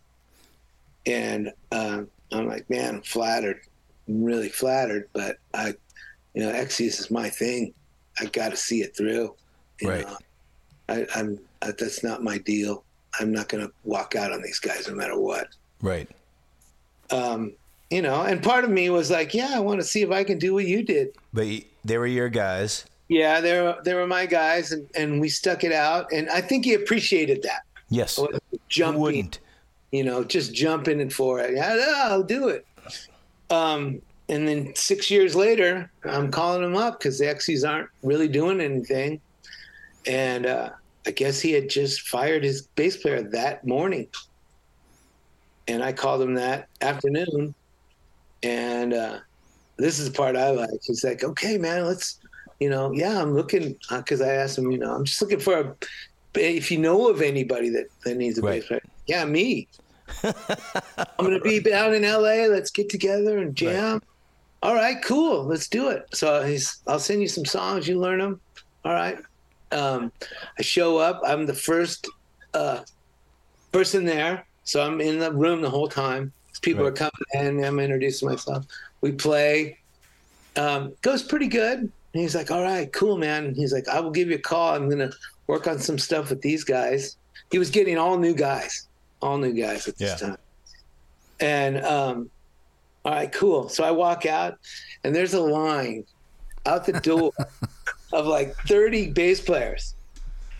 and um, i'm like man i'm flattered i'm really flattered but i you know exes is my thing i got to see it through you
Right.
know? I, i'm I, that's not my deal i'm not going to walk out on these guys no matter what
Right.
um, you know, and part of me was like, yeah, I want to see if I can do what you did.
But y- they were your guys.
Yeah, they were, they were my guys, and, and we stuck it out. And I think he appreciated that.
Yes.
I wasn't
Who
Jumping,
wouldn't?
you know, just jumping in for it. Yeah, no, I'll do it. Um, and then six years later, I'm calling him up because the X's aren't really doing anything. And uh, I guess he had just fired his bass player that morning. And I called him that afternoon. And uh, this is the part I like. He's like, okay, man, let's, you know, yeah, I'm looking, because I asked him, you know, I'm just looking for a, if you know of anybody that, that needs a
Right.
bass player. Yeah, me. I'm gonna be out in LA. Let's get together and jam. All right, cool. Let's do it. So he's, I'll send you some songs. You learn them. All right. Um, I show up. I'm the first uh, person there, so I'm in the room the whole time. People are coming in. I'm introducing myself. We play. Um, goes pretty good. And he's like, "All right, cool, man." And he's like, "I will give you a call. I'm gonna work on some stuff with these guys." He was getting all new guys, all new guys at this
Yeah.
time. And um, all right, cool. So I walk out, and there's a line out the door of like 30 bass players.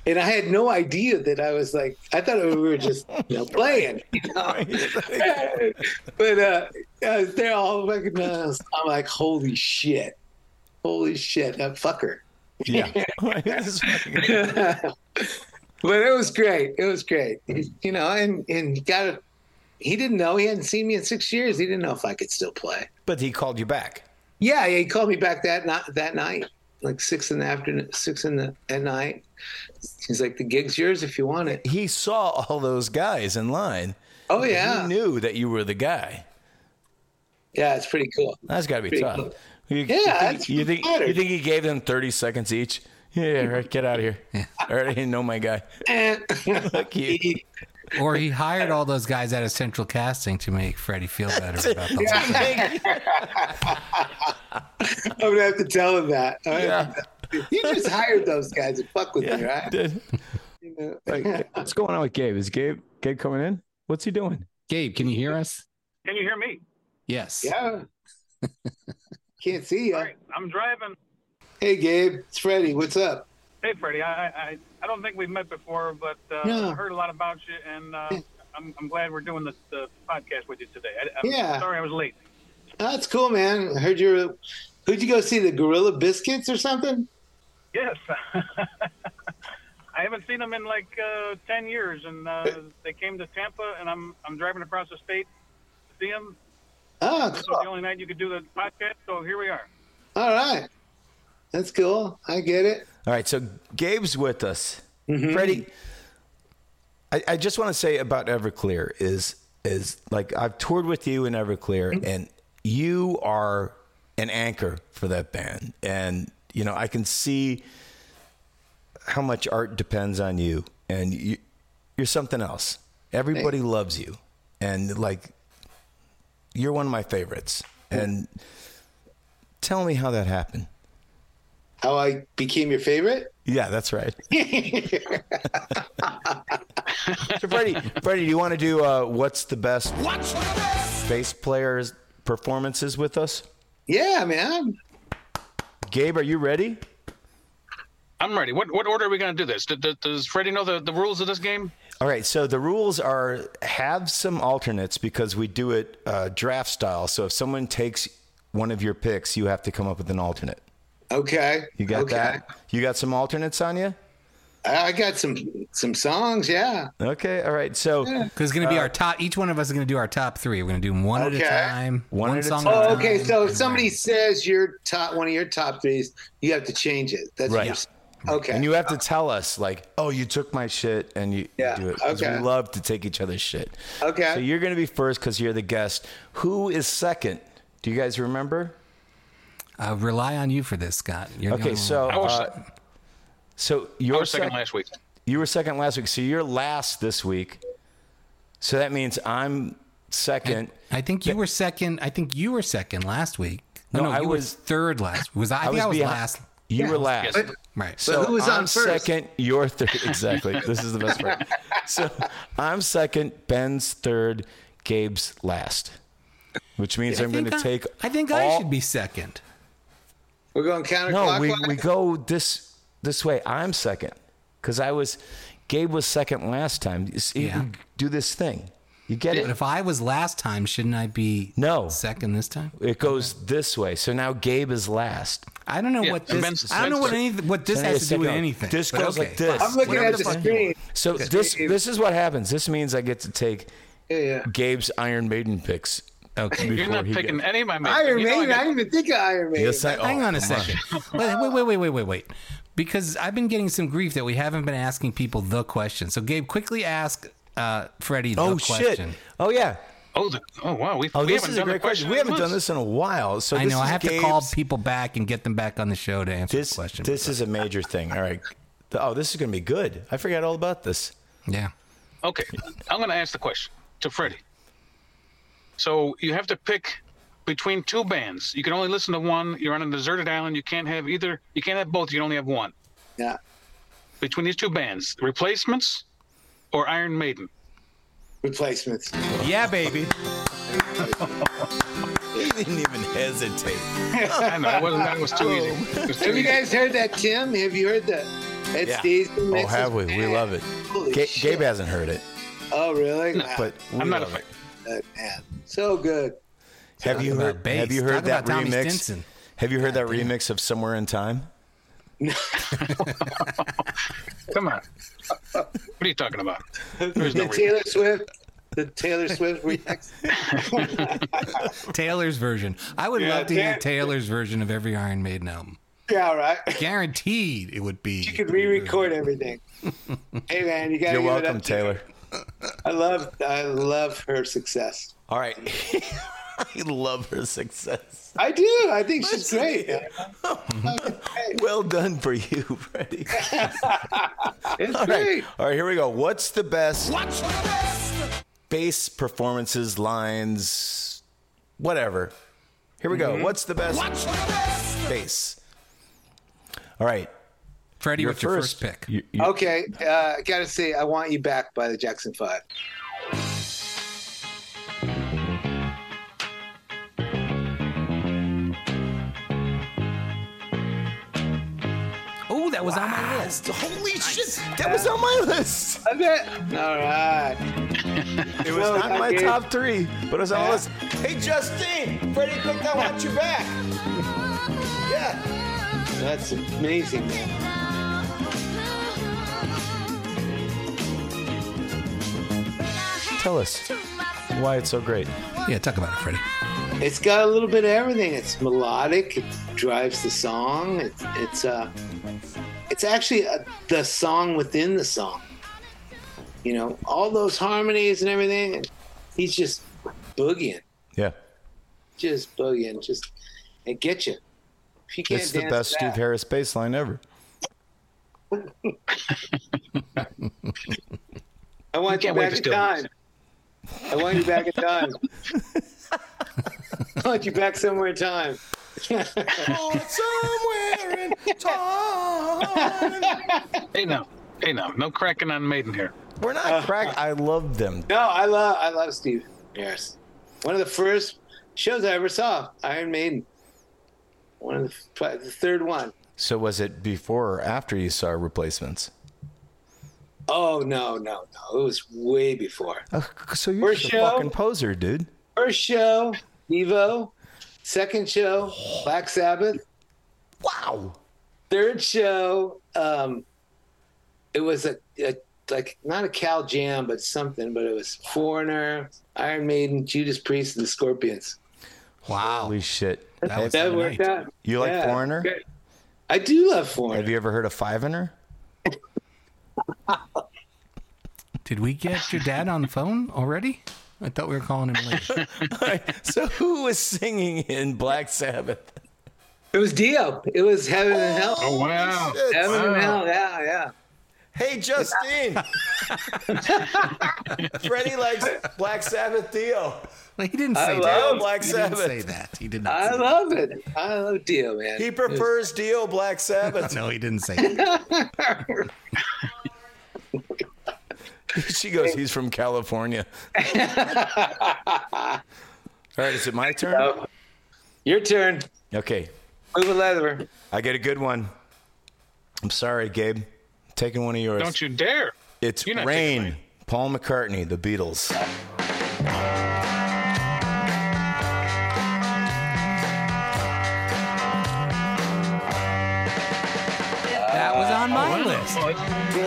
And I had no idea that I was like, I thought we were just you know, playing. You know? but uh, uh, they're all recognized. I'm like, holy shit. Holy shit, that fucker.
Yeah. This fucking-
But it was great. It was great. You know, and, and he got it. He didn't know. He hadn't seen me in six years. He didn't know if I could still play.
but he called you back.
Yeah, he called me back that night. That night, like six in the afternoon, six in the at night. He's like, "The gig's yours if you want it."
He saw all those guys in line.
Oh yeah,
He knew that you were the guy.
yeah, it's pretty cool.
That's got to be
Pretty
tough.
cool.
You, you
Yeah,
think,
that's
you think
better.
you think he gave them thirty seconds each? Yeah, all right, get out of here. I already know my guy.
And
Fuck you.
he,
Or he hired all those guys out of Central Casting to make Freddie feel better about the whole thing.
I'm gonna have to tell him that. All right. You just hired those guys to fuck with me, right? You know,
Like, what's going on with Gabe? Is Gabe Gabe coming in? What's he doing?
Gabe, can you hear us?
Can you hear me?
Yes.
yeah. Can't see you.
All right, I'm driving.
Hey, Gabe. It's Freddie. What's up?
Hey, Freddie. I I, I don't think we've met before, but uh,
No.
I heard a lot about you, and uh, I'm, I'm glad we're doing this the podcast with you today. I, I'm
Yeah.
Sorry I was late.
Oh, that's cool, man. I heard you were. Who'd you go see? The Gorilla Biscuits or something?
Yes. I haven't seen them in like uh, ten years, and uh, they came to Tampa, and I'm I'm driving across the state to see them.
Oh,
This was
cool.
the only night you could do the podcast, so here we are.
All right. That's cool. I get it.
All right, so Gabe's with us. Freddie, I, I just want to say about Everclear is is like I've toured with you in Everclear, and you are an anchor for that band, and you know I can see how much art depends on you, and you, you're something else. Everybody loves you, and like you're one of my favorites. And tell me how that happened.
How I became your favorite?
Yeah, that's right. so, Freddie, Freddie, do you want to do uh, what's the best? What's the best? Bass players' performances with us.
Yeah, man.
Gabe, are you ready?
I'm ready. What what order are we going to do this? Does, does- does Freddie know the, the rules of this game?
All right. So the rules are have some alternates because we do it uh, draft style. So if someone takes one of your picks, you have to come up with an alternate.
Okay.
You got
okay.
that? You got some alternates on you?
I I got some some songs. Yeah.
Okay. All right. So
Because it's going to be our top, each one of us is going to do our top three. We're going to do them one
Uh, Okay.
at a time.
One at a
song at
time.
a
Oh,
time.
okay. So if
and
somebody
then-
says your top one of your top threes, you have to change it. That's
Right.
right. What you're, okay.
And you have to tell us, like, oh, you took my shit, and you, you
Yeah,
do it. 'Cause
okay.
we love to take each other's shit.
Okay.
So you're going to be first because you're the guest. Who is second? Do you guys remember?
I Uh, rely on you for this, Scott. You're the
Okay,
only
so.
one.
I was,
Uh, so
I
you're
was second
sec-
last week.
You were second last week. So you're last this week. So that means I'm second.
I think you were second. I think you were second last week.
No,
No, no
I
you
was-
were third last. Was I? I, think I was
behind-
last.
You were last.
Yes.
Right.
So
who was
I'm
on first?
second, you're third. Exactly. this is the best part. So I'm second, Ben's third, Gabe's last, which means I'm going
think
to
I-
take.
I think I
all-
should be second.
We're going
No, we,
counterclockwise.
we go this this way. I'm second because I was. Gabe was second last time. You see,
Yeah.
we do this thing. You get
But
it?
if I was last time, shouldn't I be
No.
second this time?
It goes this way. So now Gabe is last.
I don't know
Yeah,
what
and
this.
Ben's-
I don't know
Ben's
what
third.
any, what this
Then
has to do
second
with
goes-
anything.
This
but
goes
okay,
like this.
fine.
I'm looking
Whatever
at the
fuck you
screen.
want.
So this this is what happens. This means I get to take
Yeah, yeah.
Gabe's Iron Maiden picks.
Okay.
before
You're not
he gets-
picking any of my mates.
Iron
You know I
Maiden. I
got-
didn't even think of Iron Maiden.
Yes, I-
Hang
oh,
on a
come
second. Wait, wait, wait, wait, wait, wait, wait. Because I've been getting some grief that we haven't been asking people the question. So Gabe, quickly ask uh, Freddie the
Oh shit!
question.
Oh yeah!
Oh, the, oh wow. We,
Oh,
we
this
haven't
is a
done the
great question. We
in
haven't done
months.
this in a while, so
I
this
know I
is
have to call
Gabe's-
people back and get them back on the show to answer
This
the question.
this is a major thing. All right. The- Oh, this is going to be good. I forgot all about this.
yeah.
Okay, I'm going to ask the question to Freddie. So you have to pick between two bands. You can only listen to one. You're on a deserted island. You can't have either. You can't have both. You can only have one.
Yeah.
Between these two bands, Replacements or Iron Maiden.
Replacements.
Yeah, baby. he didn't even hesitate.
I know it wasn't. That was too easy. It was too
Have you
easy.
guys heard that, Tim? Have you heard that? It's
Yeah.
Steve's
Oh,
mixes-
have we? We love it.
Holy
Ga-
shit.
Gabe hasn't heard it,
Oh, really?
but we
I'm not a
love
fan.
it.
Wow, man. So good.
Have you
about
heard?
bass.
Have you heard
Talk
that
about Tommy
remix?
Stinson.
Have you heard that remix of "Somewhere in Time"?
Come on. What are you talking about? There's no
The
reason.
Taylor Swift. The Taylor Swift remix.
Taylor's version. I would
Yeah,
love to hear
Dan-
Taylor's version of every Iron Maiden album.
Yeah, all right.
Guaranteed it would be.
You could re-record everything. hey, man, you got
You're
to give it
welcome,
up. to her.
Taylor.
I love, I love her success.
All right. I love her success.
I do. I think she's great.
Well done for you, Freddie.
It's
All
great.
right. All right, here we go. What's the best
What's the best?
bass performances, lines, whatever? Here we go. What's the best
What's the best?
bass? All right.
Freddie, what's your first pick?
Okay, uh, gotta say, I want you back by the Jackson Five.
Oh, that was on my list.
Holy shit, that was on my list.
Okay, all right.
It was
No,
not
I
my
did.
top three, but it was on my list. Hey, Justine, Freddie picked I Want You Back. Yeah.
That's amazing.
Tell us why it's so great.
Yeah, talk about it, Freddie.
It's got a little bit of everything. It's melodic. It drives the song. It's it's uh, it's actually uh the song within the song. You know, all those harmonies and everything. And he's just boogieing,
Yeah.
just boogieing, just it gets you. If you can't
It's the
dance
best
to
Steve
that-
Harris bass line ever.
I want you,
can't wait
back
to
in
steal
time. I want you back in time. I want you back somewhere in time.
Somewhere in
Hey now, hey now, no cracking on Maiden here.
We're not crack. I love them.
No, I love I love Steve Harris. One of the first shows I ever saw, Iron Maiden. One of the, probably the third one.
So was it before or after you saw replacements?
Oh no, no, no! It was way before.
Uh, so you're
First
just a
show.
fucking poser, dude.
First show, Evo. Second show, Black Sabbath.
Wow.
third show um it was a, a like not a cal jam but something but it was foreigner iron maiden judas priest and the scorpions
Wow.
Holy shit.
That was
that
the
worked
night.
out
You like
Yeah.
Foreigner?
i do love
Have
foreigner
you ever heard of Five Inner?
Did we get your dad on the phone already? I thought we were calling him later.
So who was singing in Black Sabbath?
it was dio it was heaven and hell
Oh wow! wow.
heaven and hell yeah yeah
Hey, Justine. Freddie likes Black Sabbath Dio.
Like, he didn't say
love
that.
Black
he didn't
Sabbath.
say that. He did not.
i
say
love it i love dio man
He prefers Dio Black
that.
Sabbath.
No, he didn't say that.
She goes, he's from California. All right, is it my turn?
your turn
Okay,
move a leather
I get a good one. I'm sorry, Gabe. I'm taking one of yours.
Don't you dare!
It's
You're not taking
Rain,
mine.
Paul McCartney, The Beatles.
That was on my
Wow.
list.
Oh, that's- that's a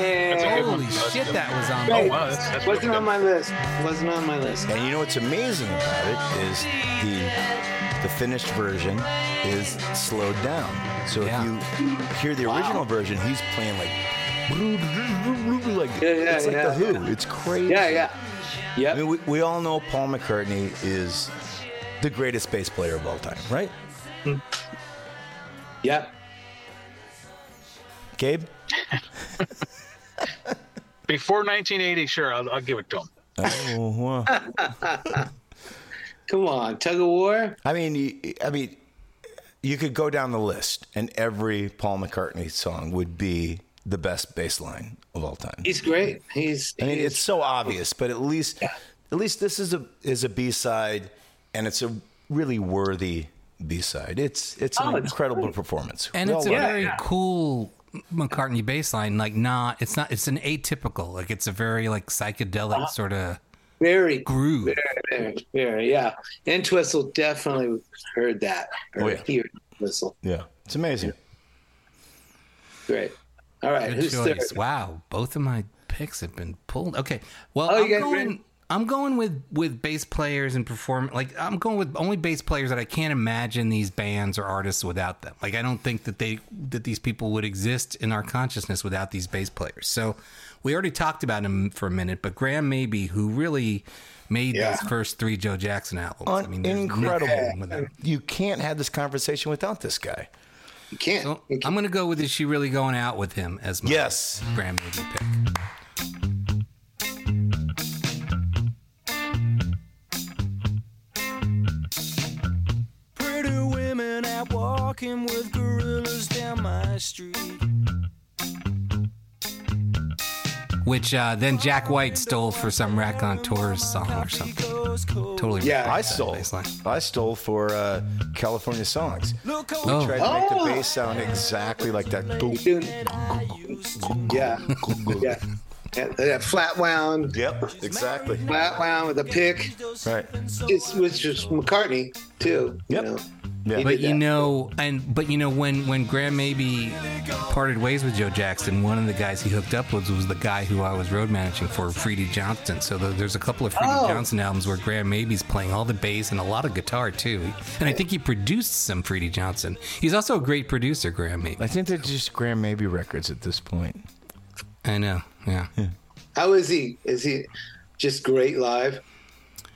yeah
good one.
Holy
That's
shit,
good.
that was on
Oh
my
wow, that's, that's
wasn't
really
on
good.
my list wasn't on my list
And you know what's amazing about it is the the finished version is slowed down. So
Yeah.
if you hear the original version, he's playing like like
Yeah, yeah,
it's like
yeah.
the Who. It's crazy.
yeah yeah
I mean,
yep
we, we all know Paul McCartney is the greatest bass player of all time, right?
yep
Gabe.
Before 1980, sure, I'll, I'll give it to him.
Oh, wow.
come on tug of war
I mean, you- I mean, you could go down the list, and every Paul McCartney song would be the best bass line of all time.
He's great. He's.
I mean,
he's-
it's so obvious, but at least at least this is a is a B side, and it's a really worthy B side. It's it's an
Oh, it's
incredible performance.
And
Well
it's a
done.
very cool McCartney bass line. Like, not, it's not, it's an atypical. Like, it's a very, like, psychedelic sort of
very,
groove.
very, very, yeah. And Twistle definitely heard that. Or
Oh, yeah.
he heard Twistle.
yeah, it's amazing.
Great. All right.
Good
who's
choice.
third?
Wow, both of my picks have been pulled. Okay, well,
Oh, you
I'm
got
going.
green?
I'm going with with bass players and perform like I'm going with only bass players that I can't imagine these bands or artists without them. Like I don't think that they that these people would exist in our consciousness without these bass players. So we already talked about him for a minute, but Graham Maybe, who really made these first three Joe Jackson albums, I mean, there's nothing without
incredible. You can't have this conversation without this guy.
You can't.
So Oh, I'm going to go with is she really going out with him as my yes. grand movie pick.
Pretty women out walking with gorillas down my street.
Which uh, then Jack White stole for some Rack on Tours song or something. Totally.
Yeah,
ripped
I
that
stole.
baseline.
I stole for uh, California songs. We
Oh.
tried to make the
Oh.
bass sound exactly like that.
Doing- yeah. yeah. uh, Yeah, that flat wound.
Yep, exactly.
Flat wound with a pick.
Right.
It's which is McCartney too. Yep. You know? He
But
did
you
that.
know, and but you know, when when Graham maybe parted ways with Joe Jackson, one of the guys he hooked up with was the guy who I was road managing for, Freddie Johnston. So the, there's a couple of Freddie
Oh.
Johnston albums where Graham Maybe's playing all the bass and a lot of guitar too. And I think he produced some Freddie Johnson. He's also a great producer, Graham Maybe.
I think they're just Graham Maybe records at this point.
I know. Yeah.
How is he? Is he just great live?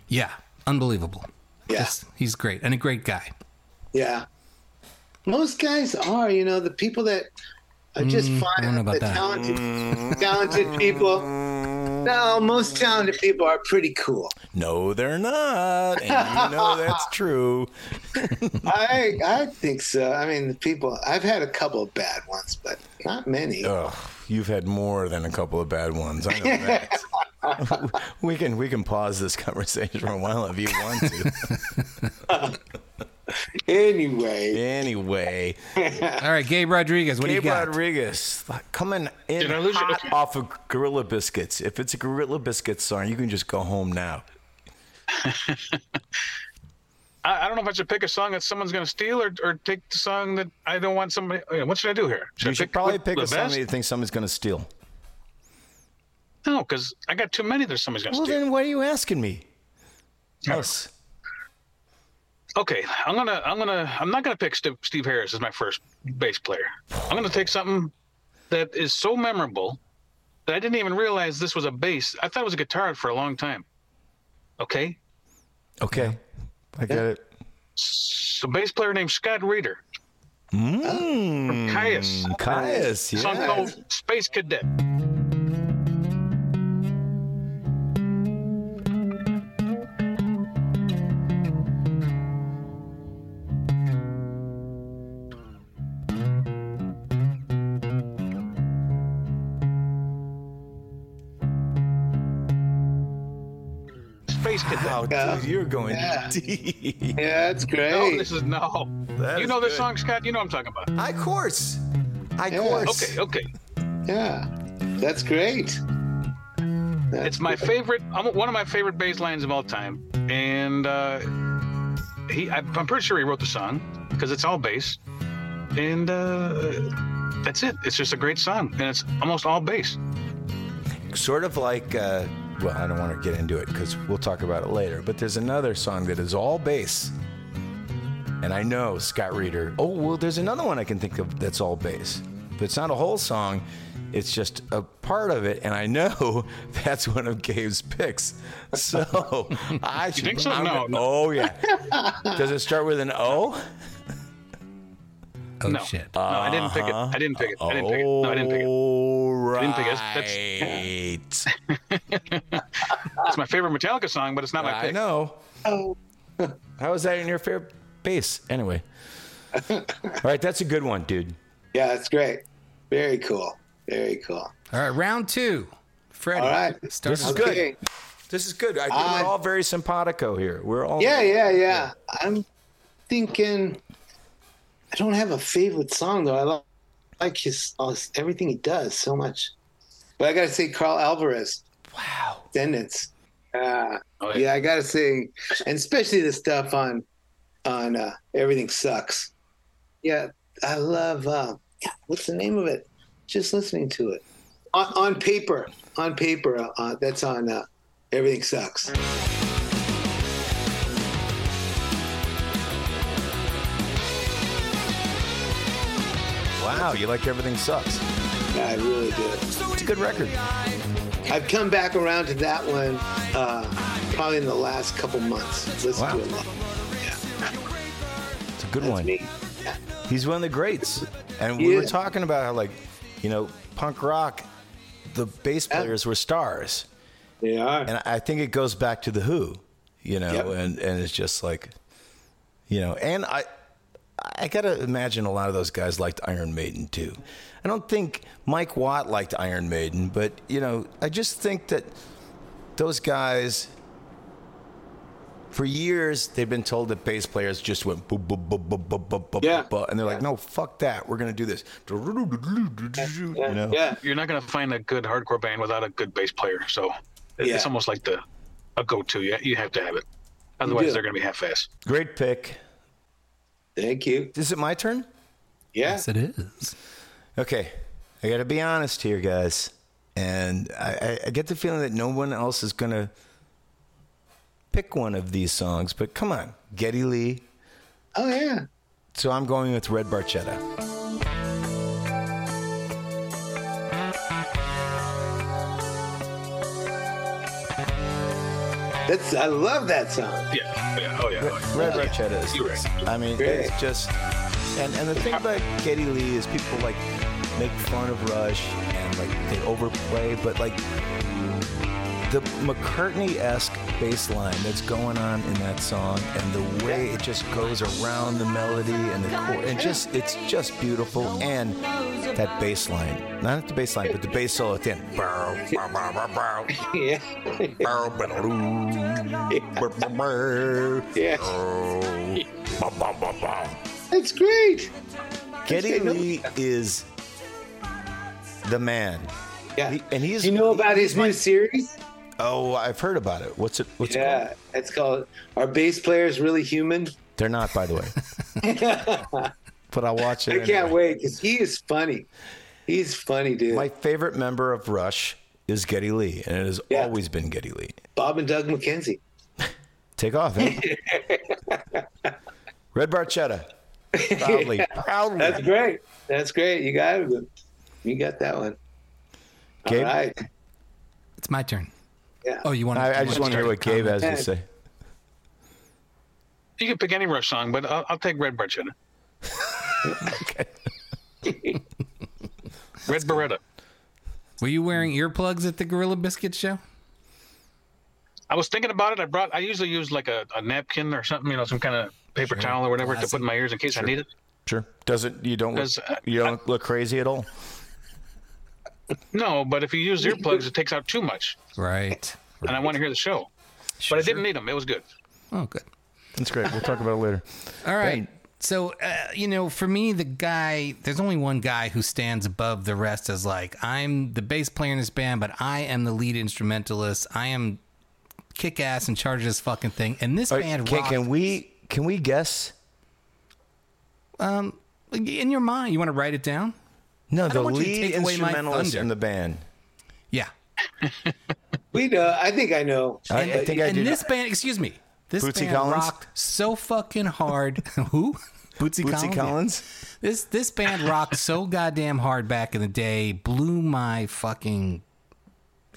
Yeah. Unbelievable.
Yeah.
Just- he's great and a great guy.
Yeah. Most guys are, you know, the people that are just
Mm, I don't know
fine,
about
the
that.
talented, talented people. No, most talented people are pretty cool.
No, they're not. And you know that's true.
I I think so. I mean, the people. I've had a couple of bad ones, but not
Oh,
many.
Ugh, you've had more than a couple of bad ones. I know that. we can we can pause this conversation for a while if you want to.
anyway.
Anyway.
All right, Gabe Rodriguez, what
Gabe
do you got?
Rodriguez coming in
Did I lose you?
hot off of Gorilla Biscuits. If it's a Gorilla Biscuits song, you can just go home now.
I, I don't know if I should pick a song that someone's going to steal or, or take the song that I don't want somebody. you know, What should I do here?
you
I
should probably
what-
pick
the
a song
best?
that you think someone's going to steal.
No, because I got too many that somebody's going to
Well,
steal.
then why are you asking me? Yes.
Okay, I'm gonna, I'm gonna, I'm not gonna pick Steve, Steve Harris as my first bass player. I'm gonna take something that is so memorable that I didn't even realize this was a bass. I thought it was a guitar for a long time. Okay,
Okay. I get it.
so bass player named Scott Reeder,
Mm.
Caius.
Caius,
song
yeah.
called Space Cadet. Space Cadet.
Wow, dude, you're going
Yeah.
deep.
Yeah, that's great.
No, this is no.
That
you
is
know this
good.
song, Scott. You know what I'm talking about.
I course. I
Yeah.
course.
Okay, okay.
yeah, that's great. That's
It's my favorite. I'm one of my favorite bass lines of all time, and uh, he. I, I'm pretty sure he wrote the song because it's all bass, and uh, that's it. It's just a great song, and it's almost all bass.
Sort of like, uh, well, I don't want to get into it because we'll talk about it later, but there's another song that is all bass. And I know Scott Reeder. Oh, well, there's another one I can think of that's all bass, but it's not a whole song. It's just a part of it, and I know that's one of Gabe's picks. So I should.
think so?
I'm
No,
gonna-
no.
Oh yeah. Does it start with an O?
Oh,
no,
shit.
no, I didn't pick it. I didn't pick it. I didn't pick it. No, I didn't pick
Oh.
it.
All
didn't pick it.
right.
It's my favorite Metallica song, but it's not my
I
pick.
know.
Oh.
How is that in your fair base? Anyway. All right, that's a good one, dude.
Yeah, that's great. Very cool. Very cool.
All right, round two. Freddie.
All right.
Start
This is good.
Okay.
This is good. I think
I-
we're all very simpatico here. We're all
Uh, Yeah, yeah, yeah. I'm thinking. I don't have a favorite song though. I lo- like his all his- everything he does so much. But I gotta say, Carl Alvarez. Wow. Descendants. Uh,
Oh,
yeah.
yeah.
I gotta say, and especially the stuff on on uh, everything sucks. Yeah, I love. Uh, yeah, what's the name of it? Just listening to it on, on paper. On paper, uh, that's on uh, Everything sucks.
Wow, you like Everything Sucks.
I really do.
It's a good record.
I've come back around to that one uh, probably in the last couple months. Listen to it a lot.
It's a good one. He's one of the greats. And
He
we were
is.
talking about how, like, you know, punk rock, the bass players were stars.
They are.
And I think it goes back to The Who, you know,
Yep.
and, and it's just like, you know, and I. I gotta imagine a lot of those guys liked Iron Maiden too. I don't think Mike Watt liked Iron Maiden, but you know, I just think that those guys for years they've been told that bass players just went boop boop boop boop boop boop boop, boop, boop and they're like, no, fuck that, we're gonna do this. You know?
yeah. You're not going to find a good hardcore band without a good bass player. So it-
Yeah.
it's almost like the a go-to. You, you have to have it.
do.
Otherwise, they're going to be half-assed.
Great pick.
Thank you.
Is it my turn?
Yes,
it is. Okay, I gotta be honest here, guys, and I, I, I get the feeling that no one else is gonna pick one of these songs. But come on, Getty Lee.
Oh yeah.
So I'm going with Red Barchetta.
That's I love that song.
Yeah. yeah. Oh yeah.
Red Barchetta is. I mean, it's just. And, and the thing about Geddy Lee is people like make fun of Rush and like they overplay, but like the McCartney esque bass line that's going on in that song and the way it just goes around the melody and the chord, and just it's just beautiful. And that bass line, not the bass line, but the bass solo at the end. Bow, bow, bow, bow, bow. Bow, bow, bow, bow, bow, bow. Bow, bow, bow, bow, bow.
That's great.
Geddy
That's great.
Lee is the man.
Yeah,
and he's.
You know about his new series?
Oh, I've heard about it. What's it? What's it
yeah,
called?
it's called "Are Bass Players Really Human?"
They're not, by the way.
I
But I'll watch it.
can't wait because he is funny. He's funny, dude.
My favorite member of Rush is Geddy Lee, and it has always been Geddy Lee.
Bob and Doug McKenzie.
Take off, eh? Red Barchetta. Proudly. proudly.
That's great. That's great. You got it. You got that one.
Gabe?
All right.
It's my turn.
Yeah.
Oh, you want?
I, I just want to hear what Gabe has to
comment?
say.
You can pick any Rush song, but I'll, I'll take Red Barchetta. Red Beretta.
Were you wearing earplugs at the Gorilla Biscuit show?
I was thinking about it. I brought. I usually use like a, a napkin or something, you know, some kind of paper towel or whatever to put in my ears in case I need it.
Sure. Doesn't you don't look,
Does, uh,
you don't look crazy at all?
No, but if you use earplugs, it takes out too much,
Right.
and I want to hear the show. but I didn't need them. It was good.
Oh, good.
That's great. We'll talk about it later.
All right. So, uh, you know, for me, the guy, there's only one guy who stands above the rest as like, I'm the bass player in this band, but I am the lead instrumentalist. I am kick ass in charge of this fucking thing. And this
All right,
band
can,
rocked.
can we can we guess?
um, in your mind, you want to write it down?
No,
I don't
the
want you to
lead
take away my
instrumentalist
thunder.
in the band.
Yeah.
We know. I think I know.
I, I
and,
think I
and
do.
this band, excuse me, this
Bootsy
band
Collins?
rocked so fucking hard. Who? Bootsy,
Bootsy Collins?
This this band rocked so goddamn hard back in the day, blew my fucking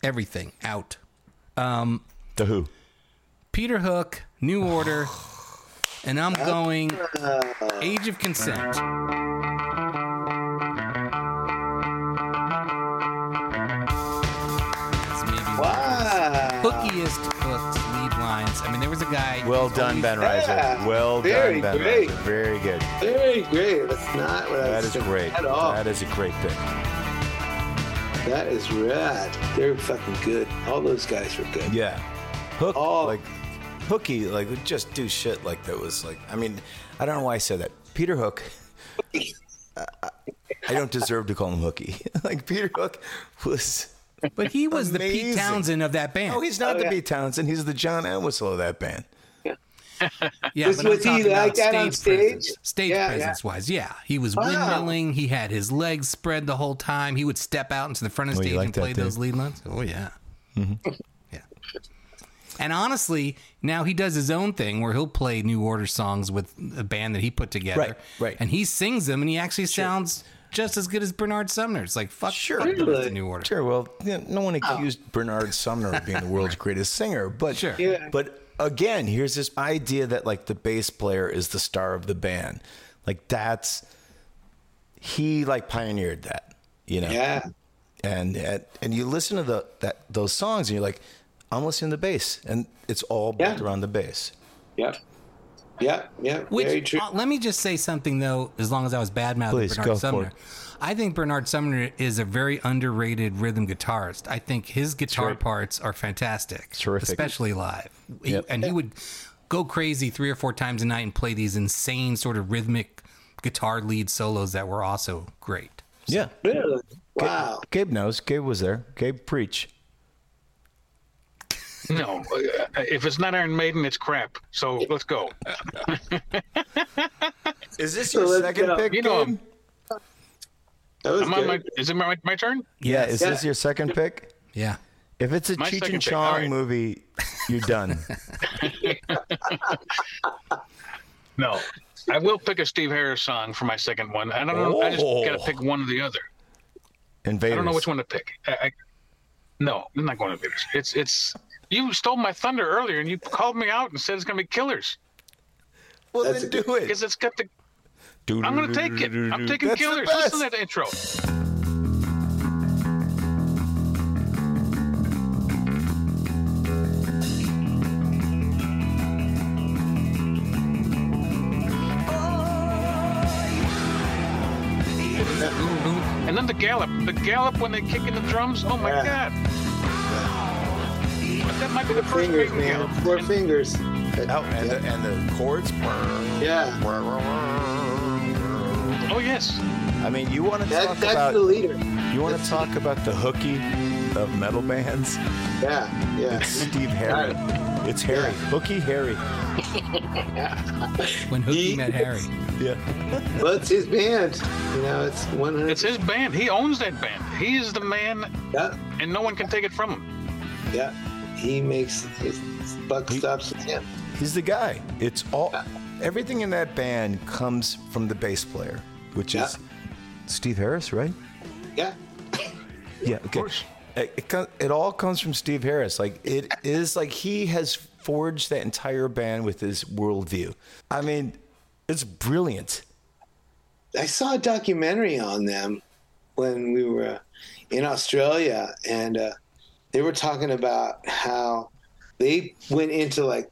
everything out. Um,
the Who?
Peter Hook, New Order, and I'm going Age of Consent. That's maybe one
of
the Hookiest hooked lead lines. I mean, there was a guy.
Well done, Ben Reiser.
Yeah.
Well
Very
done, Ben
great.
Reiser. Very good.
Very great. That's not what I
That
was
is
thinking
great.
at all.
That is a great pick.
That is rad. They're fucking good. All those guys were good.
Yeah. Hook
Oh.
like hooky, like would just do shit like that was like I mean, I don't know why I said that. Peter Hook I- I- I don't deserve to call him hooky. like Peter Hook was
But he was the Pete
amazing.
Townsend of that band.
No, he's not
Oh,
the
yeah.
Pete Townsend. He's the John Entwistle of that band.
Yeah,
Was-
but I'm
was he
talking
like
about
that on
stage?
stage?
Presence. Stage
Yeah, yeah.
presence wise, yeah, he was
Wow.
windmilling. He had his legs spread the whole time. He would step out into the front of
Oh, you
stage
like
and
that,
play
dude.
those lead lines. Oh yeah, And honestly, now he does his own thing where he'll play New Order songs with a band that he put together.
Right, right.
And he sings them and he actually sounds just as good as Bernard Sumner. It's like, fuck, sure. fuck them, it's the New Order.
Sure. Well, you know, no
Oh.
one accused Bernard Sumner of being the world's greatest singer, but
Sure.
Yeah.
but again, here's this idea that like the bass player is the star of the band. Like that's he like pioneered that, you know.
Yeah.
And and- and you listen to the that those songs and you're like I'm listening to the bass and it's all built
Yeah.
around the bass.
Yep. Yep. Yep. Very
Which
true.
uh, let me just say something though, as long as I was bad mouthing
Please,
Bernard
go for
Sumner.
it.
I think Bernard Sumner is a very underrated rhythm guitarist. I think his guitar parts are fantastic,
Terrific.
especially live. He-
Yep.
And he would go crazy three or four times a night and play these insane sort of rhythmic guitar lead solos that were also great.
Yeah.
Really? Wow.
Gabe knows. Gabe was there. Gabe preach.
No, uh, if it's not Iron Maiden, it's crap. So let's go.
Is this
So
your
let's
second
go.
pick?
You know,
Gabe?
That was
Am I
good.
my, is it my, my turn?
Yeah, is this
Yeah.
your second pick?
Yeah.
If it's a
My
Cheech
second
and
pick, all
Chong
right.
movie, you're done.
No, I will pick a Steve Harris song for my second one. I don't know. I just
Oh.
got to pick one or the other.
Invaders.
I don't know which one to pick. I, I, no, I'm not going to Invaders. It's it's. You stole my thunder earlier, and you called me out and said it's going to be Killers
Well,
That's
then
a
do it.
because it's got the. I'm going to take it. I'm taking
That's the
Killers.
best.
Listen to that intro. And then the gallop, the gallop when they kick in the drums. Oh my
Yeah.
god! That might be the first
fingers,
Maiden
man.
gallop.
Four fingers.
Oh, and the, and the chords.
Yeah.
I
Oh yes,
mean, you want to
That,
talk
that's
about
the leader.
you want to talk about the hooky of metal bands?
Yeah. Yeah.
It's Steve Harry. It's Harry. Hooky Harry.
When Hooky
He-
met Harry.
Yeah.
well, it's his band. You know, it's 100.
it's his band. He owns that band. He is the man,
yeah.
and no one can take it from him.
Yeah. He makes his buck stops with him.
He's the guy. It's all everything in that band comes from the bass player, which
Yeah.
is Steve Harris, right?
Yeah.
Yeah, okay.
course.
It, it, co- it all comes from Steve Harris. Like it is like he has forged that entire band with his worldview. I mean, it's brilliant.
I saw a documentary on them when we were uh, in Australia, and uh, they were talking about how they went into like,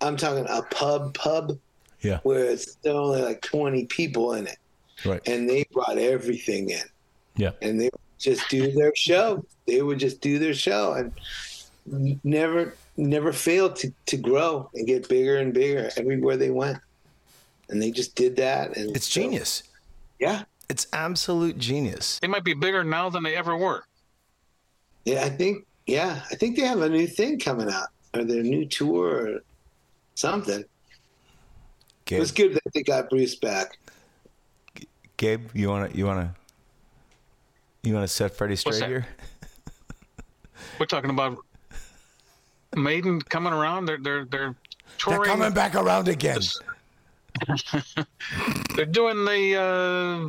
I'm talking a pub, pub,
Yeah.
where it's there are only like 20 people in it,
Right.
and they brought everything in,
yeah.
and they would just do their show. They would just do their show, and n- never, never failed to to grow and get bigger and bigger everywhere they went, and they just did that, and
It's
so-
genius.
yeah.
It's absolute genius.
They might be bigger now than they ever were.
Yeah, I think yeah, I think they have a new thing coming out or their new tour or something. It
Gabe,
was good that they got Bruce back.
Gabe, you wanna you wanna you wanna set Freddie straight
that?
here?
We're talking about Maiden coming around. They're they're they're touring.
They're coming back around again.
They're doing the uh,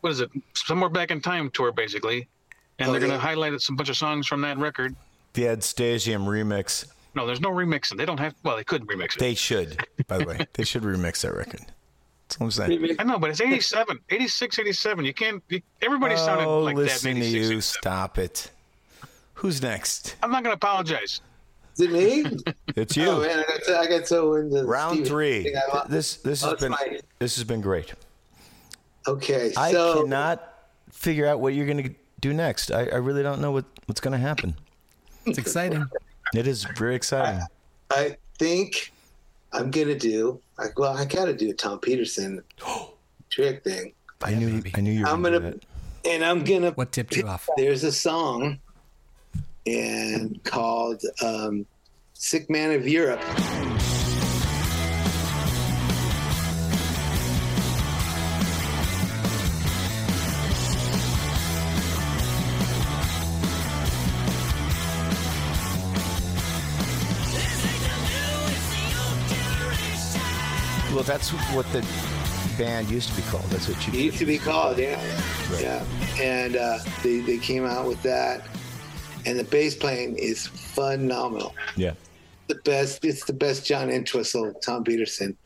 what is it? Somewhere back in time tour, basically, and
Oh,
they're going to
yeah.
highlight some bunch of songs from that record.
The Ad Stasium remix.
No, there's no remixing. They don't have. Well, they could remix it.
They should, by the way. They should remix that record. That's what I'm saying.
I know, but it's 87, 86, 87. You can't. You, everybody sounded
Oh,
like that
listen
in
to
86.
you. Stop it. Who's next?
I'm not going to apologize.
Did he?
It's you.
oh man, I got, so, I got so into
Round
Steven
three.
thing. I lost-
This this
Oh,
has
it's
been
my-
this has been great.
okay.
I
so
cannot figure out what you're going to do next. I, I really don't know what, what's going to happen.
It's exciting.
It is very exciting.
I think I'm gonna do. I, well, I gotta do a Tom Peterson trick thing,
I knew I knew you were
I'm
going to do
gonna-
that.
and I'm gonna
What tipped you off?
there's a song and called um, sick man of europe
Well, that's what the band used to be called. That's what you
It used to be called, yeah, yeah. And uh, they they came out with that, and the bass playing is phenomenal.
Yeah.
The best. It's the best John Entwistle, Tom Peterson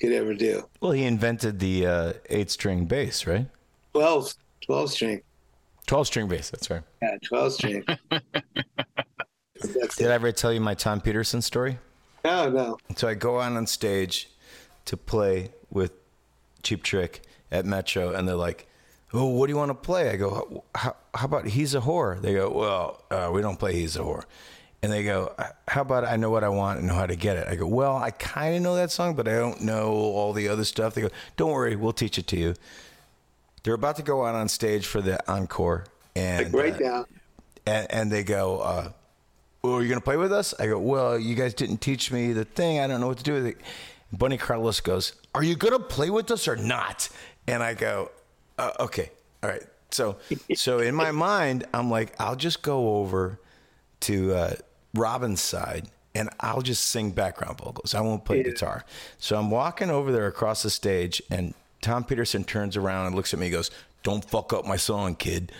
could ever do.
Well, he invented the uh, eight-string bass, right?
12, 12 string.
Twelve-string bass. That's right.
Yeah, twelve string.
Did I ever tell you my Tom Peterson story?
No, no.
So I go on on stage to play with Cheap Trick at Metro, and they're like, "Oh, what do you want to play?" I go, "How, how about He's a Whore?" They go, "Well, uh, we don't play He's a Whore." And they go, "Uh, "How about I know what I want and know how to get it?" I go, "Well, I kind of know that song, but I don't know all the other stuff." They go, "Don't worry, we'll teach it to you." They're about to go out on stage for the encore, and
Like right
uh,
now.
and, and they go, uh, "Well, you're gonna play with us?" I go, "Well, you guys didn't teach me the thing. I don't know what to do with it." Bunny Carlos goes, "Are you gonna play with us or not?" And I go, uh, "Okay, all right." So, so in my mind, I'm like, "I'll just go over to uh, Robin's side." And I'll just sing background vocals. I won't play guitar. So I'm walking over there across the stage, and Tom Peterson turns around and looks at me and goes, Don't fuck up my song, kid.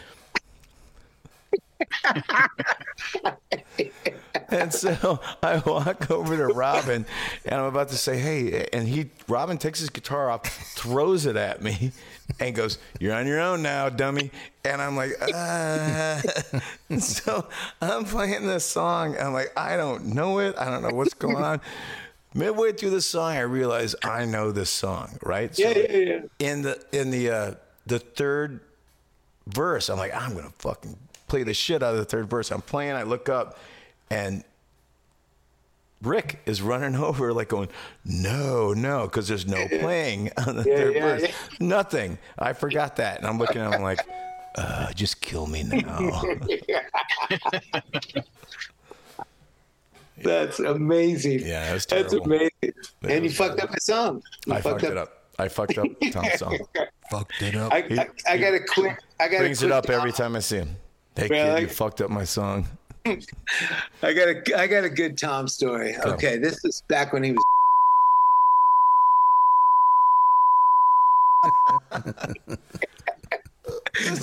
and so I walk over to Robin and I'm about to say, hey, and he, Robin takes his guitar off, throws it at me, and goes, you're on your own now, dummy. And I'm like, uh. so I'm playing this song. I'm like, I don't know it. I don't know what's going on. Midway through the song, I realize I know this song, right? So
Yeah, yeah, yeah.
In the in the uh, the third verse. I'm like, I'm gonna fucking play the shit out of the third verse. I'm playing. I look up, and Rick is running over, like going, "No, no," because there's no playing on the
Yeah,
third
yeah,
verse.
yeah.
Nothing. I forgot that, and I'm looking. at him like, uh, "Just kill me now."
That's amazing.
Yeah, that's
That's
terrible.
amazing.
That
and you
was
fucked up his song. You
I fucked it up. I fucked up Tom's song. fucked it up.
I, I, I got a quick. I got
brings
a quick
it up every time I see him. Hey kid, you
Really?
fucked up my song.
I got a I got a good Tom story.
Go.
Okay, this is back when he was.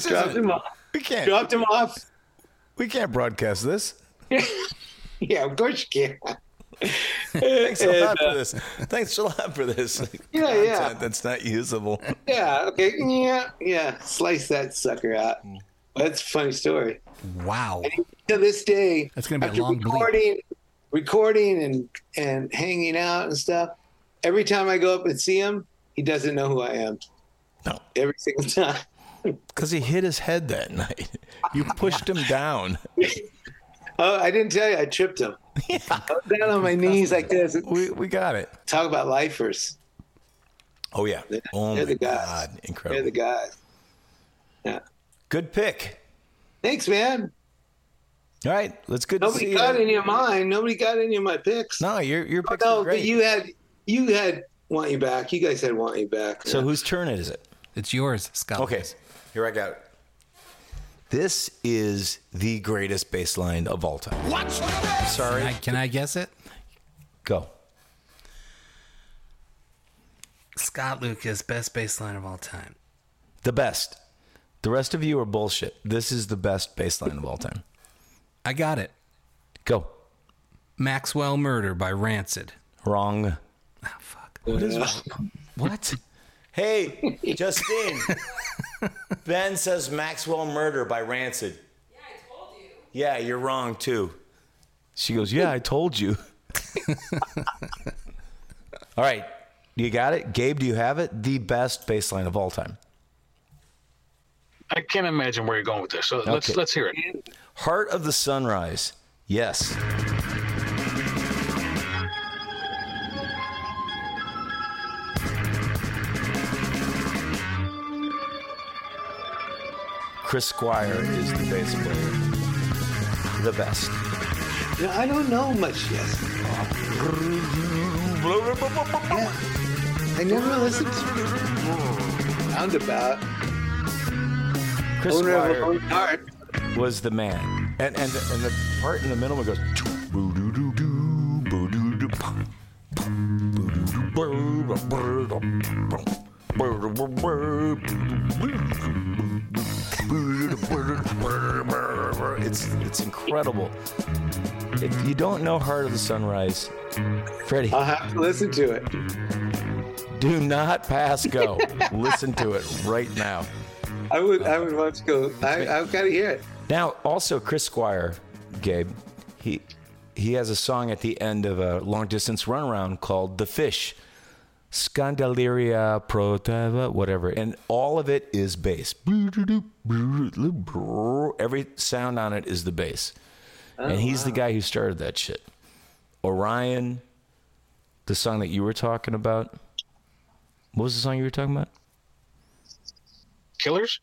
dropped him off.
We can't.
Dropped him off.
We can't broadcast this.
Yeah, of course you can.
Thanks a
And,
lot
uh,
for this. Thanks a lot for this.
Yeah, yeah.
content That's not usable.
Yeah. Okay. Yeah. Yeah. Slice that sucker out.
Mm.
That's a funny story.
Wow.
To this day,
That's gonna be a
after
long bleep.
recording, recording and and hanging out and stuff. Every time I go up and see him, he doesn't know who I am.
No.
Every single time.
Because he hit his head that night. You pushed him down.
Oh, I didn't tell you. I tripped him. I was down on my knees like this.
We, we got it.
Talk about lifers.
Oh yeah. Oh
They're
my
the guys.
god. Incredible.
They're the guys. Yeah.
Good pick.
Thanks, man.
All right. Let's good to see
Nobody
you.
got any of mine. Nobody got any of my picks.
Oh, No, your your picks
no,
were great.
but you had you had want you back. You guys had want you back.
So whose turn is it?
It's yours, Scott.
Okay. Here I go. This is the greatest bass line of all time. What? Sorry.
Can I, can I guess it?
Go.
Scott Lucas, best bass line of all time.
The best. The rest of you are bullshit. This is the best bass line of all time.
I got it.
Go.
Maxwell Murder by Rancid.
Wrong.
What is wrong?
What? Hey, Justine. ben says Maxwell Murder by Rancid. Yeah, I told you. Yeah, you're wrong too. She goes, Yeah, I told you. all right. You got it? Gabe, do you have it? The best bass line of all time.
I can't imagine where you're going with this. So let's
Okay.
let's hear it.
Heart of the Sunrise. Yes. Chris Squire is the bass player. The best.
No, I don't know much yet. I never listened to Roundabout.
Chris
Owner of
Squire.
Own Heart.
was the man. And and the, and the part in the middle where it goes. "Boo-doo-doo-doo, boo-doo-doo-pum, boo-doo-doo-pum." It's it's incredible. If you don't know Heart of the Sunrise, Freddie,
I'll have to listen to it.
Do not pass go. listen to it right now.
I would I would want to go. I I've got to hear it.
Now, also Chris Squire, Gabe, he he has a song at the end of a long distance runaround called "The Fish," Scandaleria protava, whatever, and all of it is bass. Every sound on it is the bass, and he's the guy who started that shit. Orion, the song that you were talking about. What was the song you were talking about?
Killers?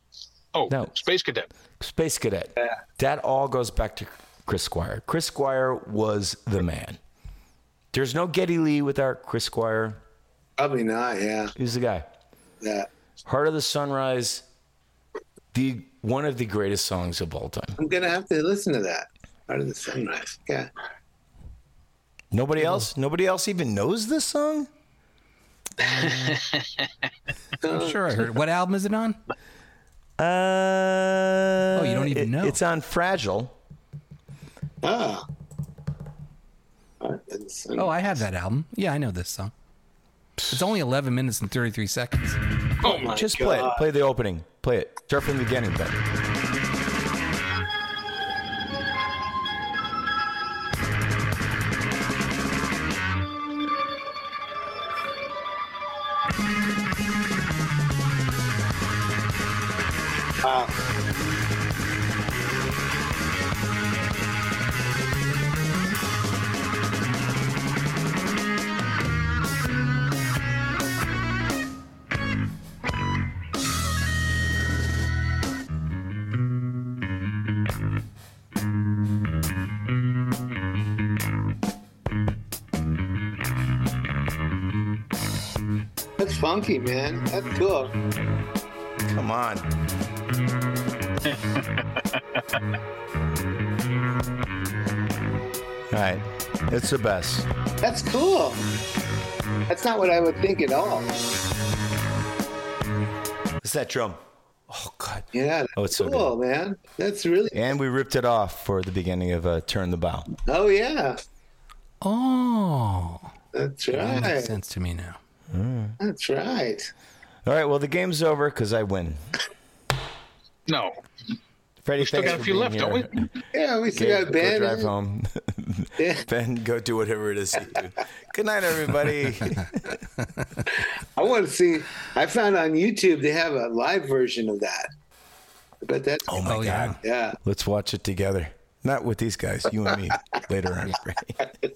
Oh, Space Cadet.
Space Cadet. That all goes back to Chris Squire. Chris Squire was the man. There's no Getty Lee without Chris Squire.
Probably not. Yeah.
He's the guy.
Yeah.
Heart of the Sunrise, the one of the greatest songs of all time.
I'm gonna have to listen to that. Part of the sunrise. Yeah.
Nobody else. Nobody else even knows this song.
I'm sure I heard. What album is it on?
Uh,
oh, you don't even
it-
know.
It's on Fragile.
Ah.
Oh, I have that album. Yeah, I know this song. It's only 11 minutes and 33 seconds.
Oh my
Just play it. Play the opening. Play it. Start from the beginning, Ben.
Wow. That's funky, man. That's cool.
Come on. All right. It's the best.
That's cool. That's not what I would think at all.
It's that drum. Oh God.
Yeah.
Oh, it's so good.
cool, man. That's really.
And we ripped it off for the beginning of uh, Turn the Bow.
Oh yeah.
Oh.
That's
That makes
right.
sense to me now.
That's right.
All right, well, the game's over because I win.
No.
Freddie,
We still
thanks
got a
for
few
being
left,
here.
don't we?
Yeah, we still
Gabe,
got
go
Ben.
drive home. ben, go do whatever it is you do. Good night, everybody.
I want to see. I found on YouTube they have a live version of that. I bet that's.
Oh my God.
yeah.
Yeah.
Let's watch it together. Not with these guys, you and me later on. Freddie.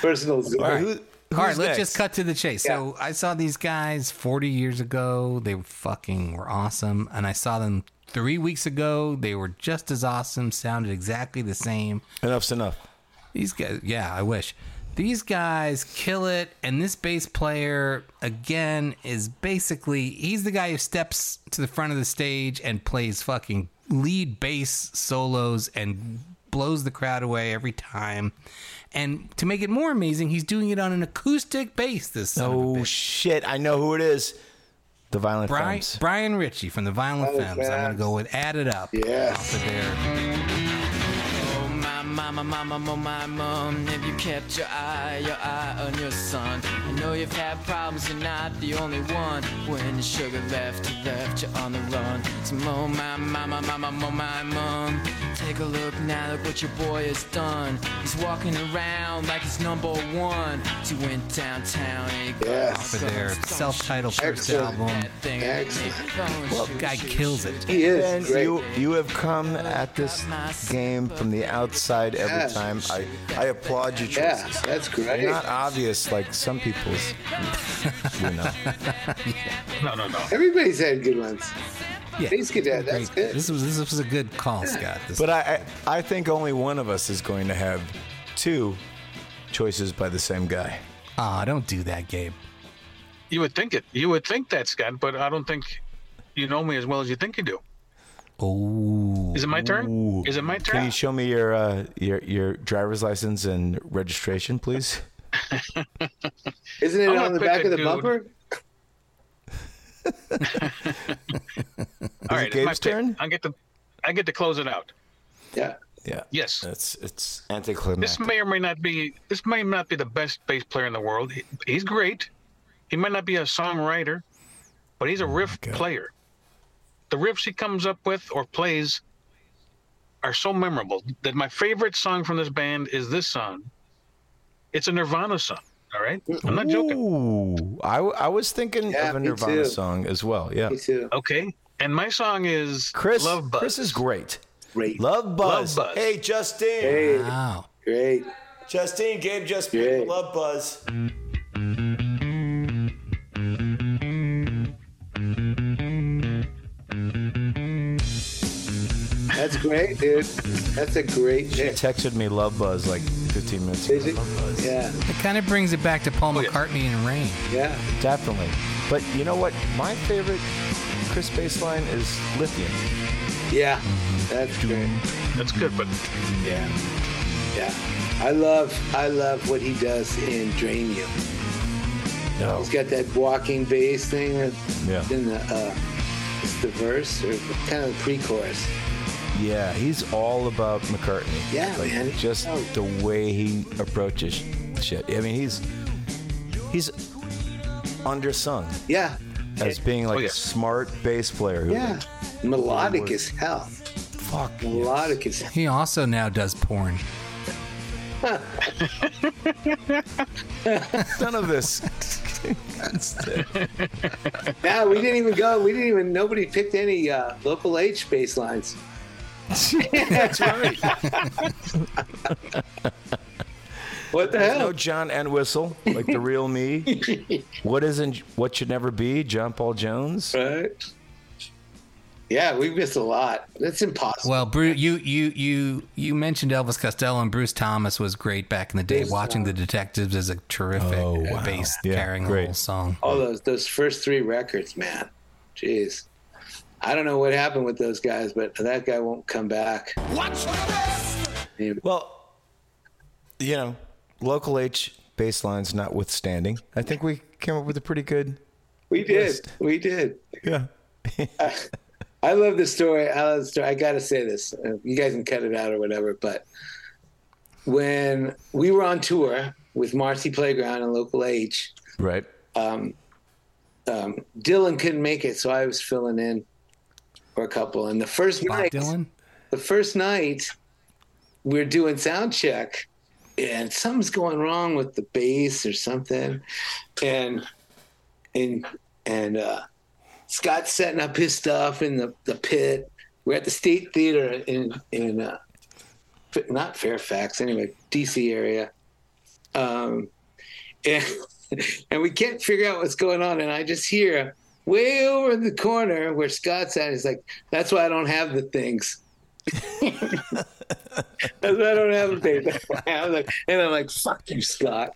Personal Zoom.
All right, who-
All right, let's
who's next?
just cut to the chase. So I saw these guys 40 years ago. They fucking were awesome. And I saw them three weeks ago. They were just as awesome, sounded exactly the same.
Enough's enough.
These guys, yeah, I wish. These guys kill it. And this bass player, again, is basically he's the guy who steps to the front of the stage and plays fucking lead bass solos and blows the crowd away every time. And to make it more amazing, he's doing it on an acoustic bass this son of a
Oh,
bitch.
shit. I know who it is. The Violent
Brian,
Femmes.
Brian Ritchie from the Violent
Oh,
Femmes. I'm gonna
Femmes.
go with "Add It Up."
Yes.
off of there.
Oh my mama, mama, mama, my mom. Have you kept your eye, your eye on your son? I know you've had problems, you're not the only one. When your sugar left, you left you on the run. So oh my mama, mama, mama, my mom. Take a look now, look what your boy has done. He's walking around like he's number one. So he went downtown and he
Yes.
got
For their self-titled first
Excellent.
album,
that thing.
Excellent.
Well,
guy kills it.
He
Ben,
is great.
you you have come at this game from the outside every
Yes.
time. I I applaud your
Yeah,
choices.
that's
They're
great.
not obvious like some people's. you know.
No, no, no.
Everybody's had good ones.
Yeah,
Bass cadet, that's
Great.
good.
This was this was a good call, Scott. This
But I, I I think only one of us is going to have two choices by the same guy.
Ah, don't do that, Gabe.
You would think it. You would think that, Scott, but I don't think you know me as well as you think you do.
Oh,
Is it my turn? Is it my
Can you
turn?
show me your uh, your your driver's license and registration, please?
Isn't it
I'm gonna
on the
pick
back
a
of the
dude.
bumper?
All right, it's my
Gabe's
pick.
turn?
I get to, I get to close it out.
Yeah.
Yeah.
Yes.
It's it's
This
anticlimactic.
may or may not be. This may not be the best bass player in the world. He- he's great. He might not be a songwriter, but
Oh
he's a riff player. The riffs he comes up with or plays are so memorable that my favorite song from this band is this song. It's a Nirvana song. All right, I'm not joking.
Ooh, I, w- I was thinking of a
me
Nirvana
too.
song as well. Yeah.
Okay, and my song is
Chris.
Love Buzz.
Chris is great.
Great.
Love Buzz.
Love Buzz.
Hey, Justine.
Hey.
Wow.
Great.
Justine, Gabe just
Great.
Love Buzz.
That's great, dude. That's a great
She
pick.
texted me Love Buzz like 15 minutes ago.
Is it? Yeah.
It kind of brings it back to Paul McCartney and Rain.
Yeah.
Definitely. But you know what? My favorite Chris bass line is Lithium.
Yeah. That's great.
That's good, but
Yeah. Yeah. I love I love what he does in Drain You.
No.
He's got that walking bass thing that-
Yeah.
in the uh it's the verse or kind of the pre chorus.
Yeah, he's all about McCartney.
Yeah,
like,
man. Oh.
Just the way he approaches shit. I mean, he's he's undersung
Yeah.
as being like
yeah.
a smart bass player. Who
Yeah. Melodic as hell.
Fuck.
Melodic as
He also now does porn.
None of this.
Yeah, we didn't even go. We didn't even. Nobody picked any uh, local H bass lines.
That's right.
What the
There's
hell?
no John Entwistle, like the real me. what isn't what should never be? John Paul Jones.
Right. Yeah, we missed a lot. That's impossible.
Well, Bruce, you you you you mentioned Elvis Costello and Bruce Thomas was great back in the day. Watching the Detectives is a terrific
Oh,
bass carrying the whole song.
All those those first three records, man. Jeez. I don't know what happened with those guys, but that guy won't come back.
Well, you know, local H bass lines notwithstanding, I think we came up with a pretty good.
We did. We did.
Yeah.
I love the story. I love the story. I gotta say this. Uh, You guys can cut it out or whatever, but when we were on tour with Marcy Playground and Local H,
Right.
um, um, Dylan couldn't make it, so I was filling in for a couple. And the first night, the first night, we're doing sound check, and something's going wrong with the bass or something, and and and uh, Scott's setting up his stuff in the, the pit. We're at the State Theater in in uh, Fa- not Fairfax, anyway, DC area. Um, and, and we can't figure out what's going on. And I just hear way over in the corner where Scott's at, he's like, That's why I don't have the things. That's why I don't have the things. That's why I have the-" And I'm like, Fuck you, Scott.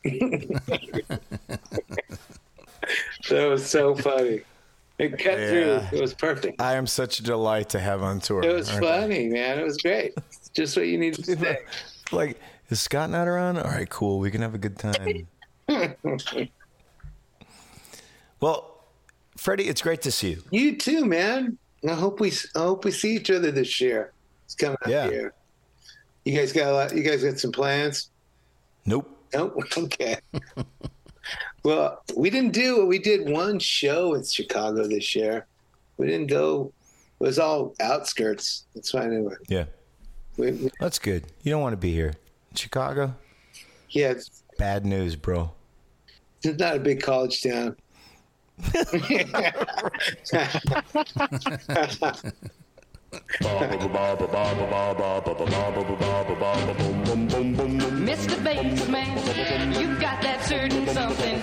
that was so funny. It cut
Yeah.
through. It was perfect.
I am such a delight to have on tour.
It was
Aren't I?
funny, man. It was great. It's Just what you needed to say.
Like, is Scott not around? All right, cool. We can have a good time. well, Freddie, it's great to see you.
You too, man. I hope we I hope we see each other this year. It's coming up
Yeah.
here. You guys got a lot. You guys got some plans?
Nope.
Nope. Okay. well, we didn't do We did one show in Chicago this year. We didn't go. It was all outskirts. That's why I didn't.
Yeah.
We, we,
That's good. You don't want to be here. Chicago?
yeah, it's,
Bad news, bro.
it's not a big college town.
Mr. Baseman, you got that certain something.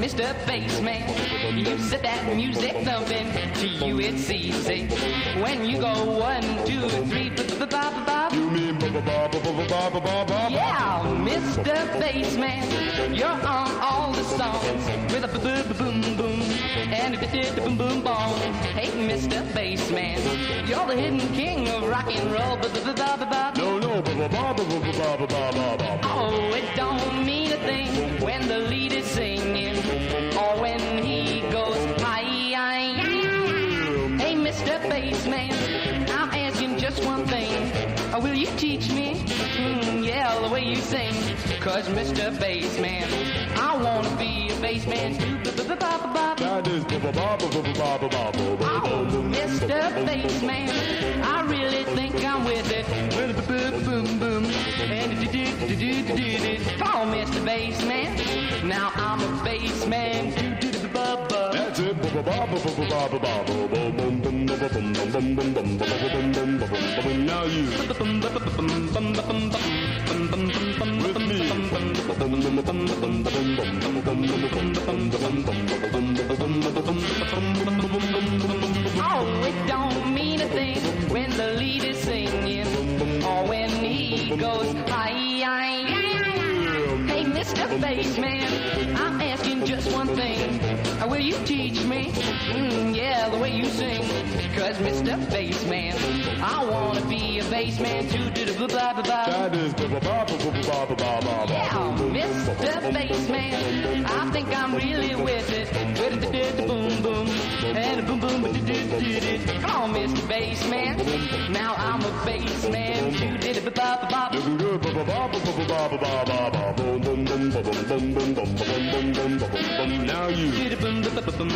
Mr. Baseman, you set that music thumping. To you it's easy. When you go one, two, three, ba ba ba ba ba. Yeah, Mr. Baseman, you're on all the songs with a ba ba boom boom and a ba da boom boom boom. Hey, Mr. Baseman, you're the hidden king of rock and roll. Ba ba ba ba ba. No, no, ba ba ba ba ba ba ba. Oh, it don't mean a thing when the
Or will you teach me? Mm, yeah, the way you sing. Cause Mr. Bassman, I wanna be a bassman too.
That is
Oh, Mr. Bassman, I really think I'm with it. Boom, boom, boom. And do, do, do, do, do, do, do. Come on, Mr. Bassman. Now I'm a bassman. Do, do, do, ba, ba.
That's it. Now you. With me.
Oh, it don't mean a thing when the lead is singing or when he goes aye, aye, aye, aye. Hey, Mr. Bassman, I'm asking just one thing. Uh, Will you teach me? Mm, yeah, the way you sing. Cause Mr. Bassman, I wanna be a bassman too. Do the blah blah blah.
That is.
Yeah, Mr. Bassman, I think I'm really with it. With the did the boom boom and a boom boom ba- did did did it. Come on, Mr. Bassman, now I'm a bassman. You did it, ba ba ba ba.
Now you.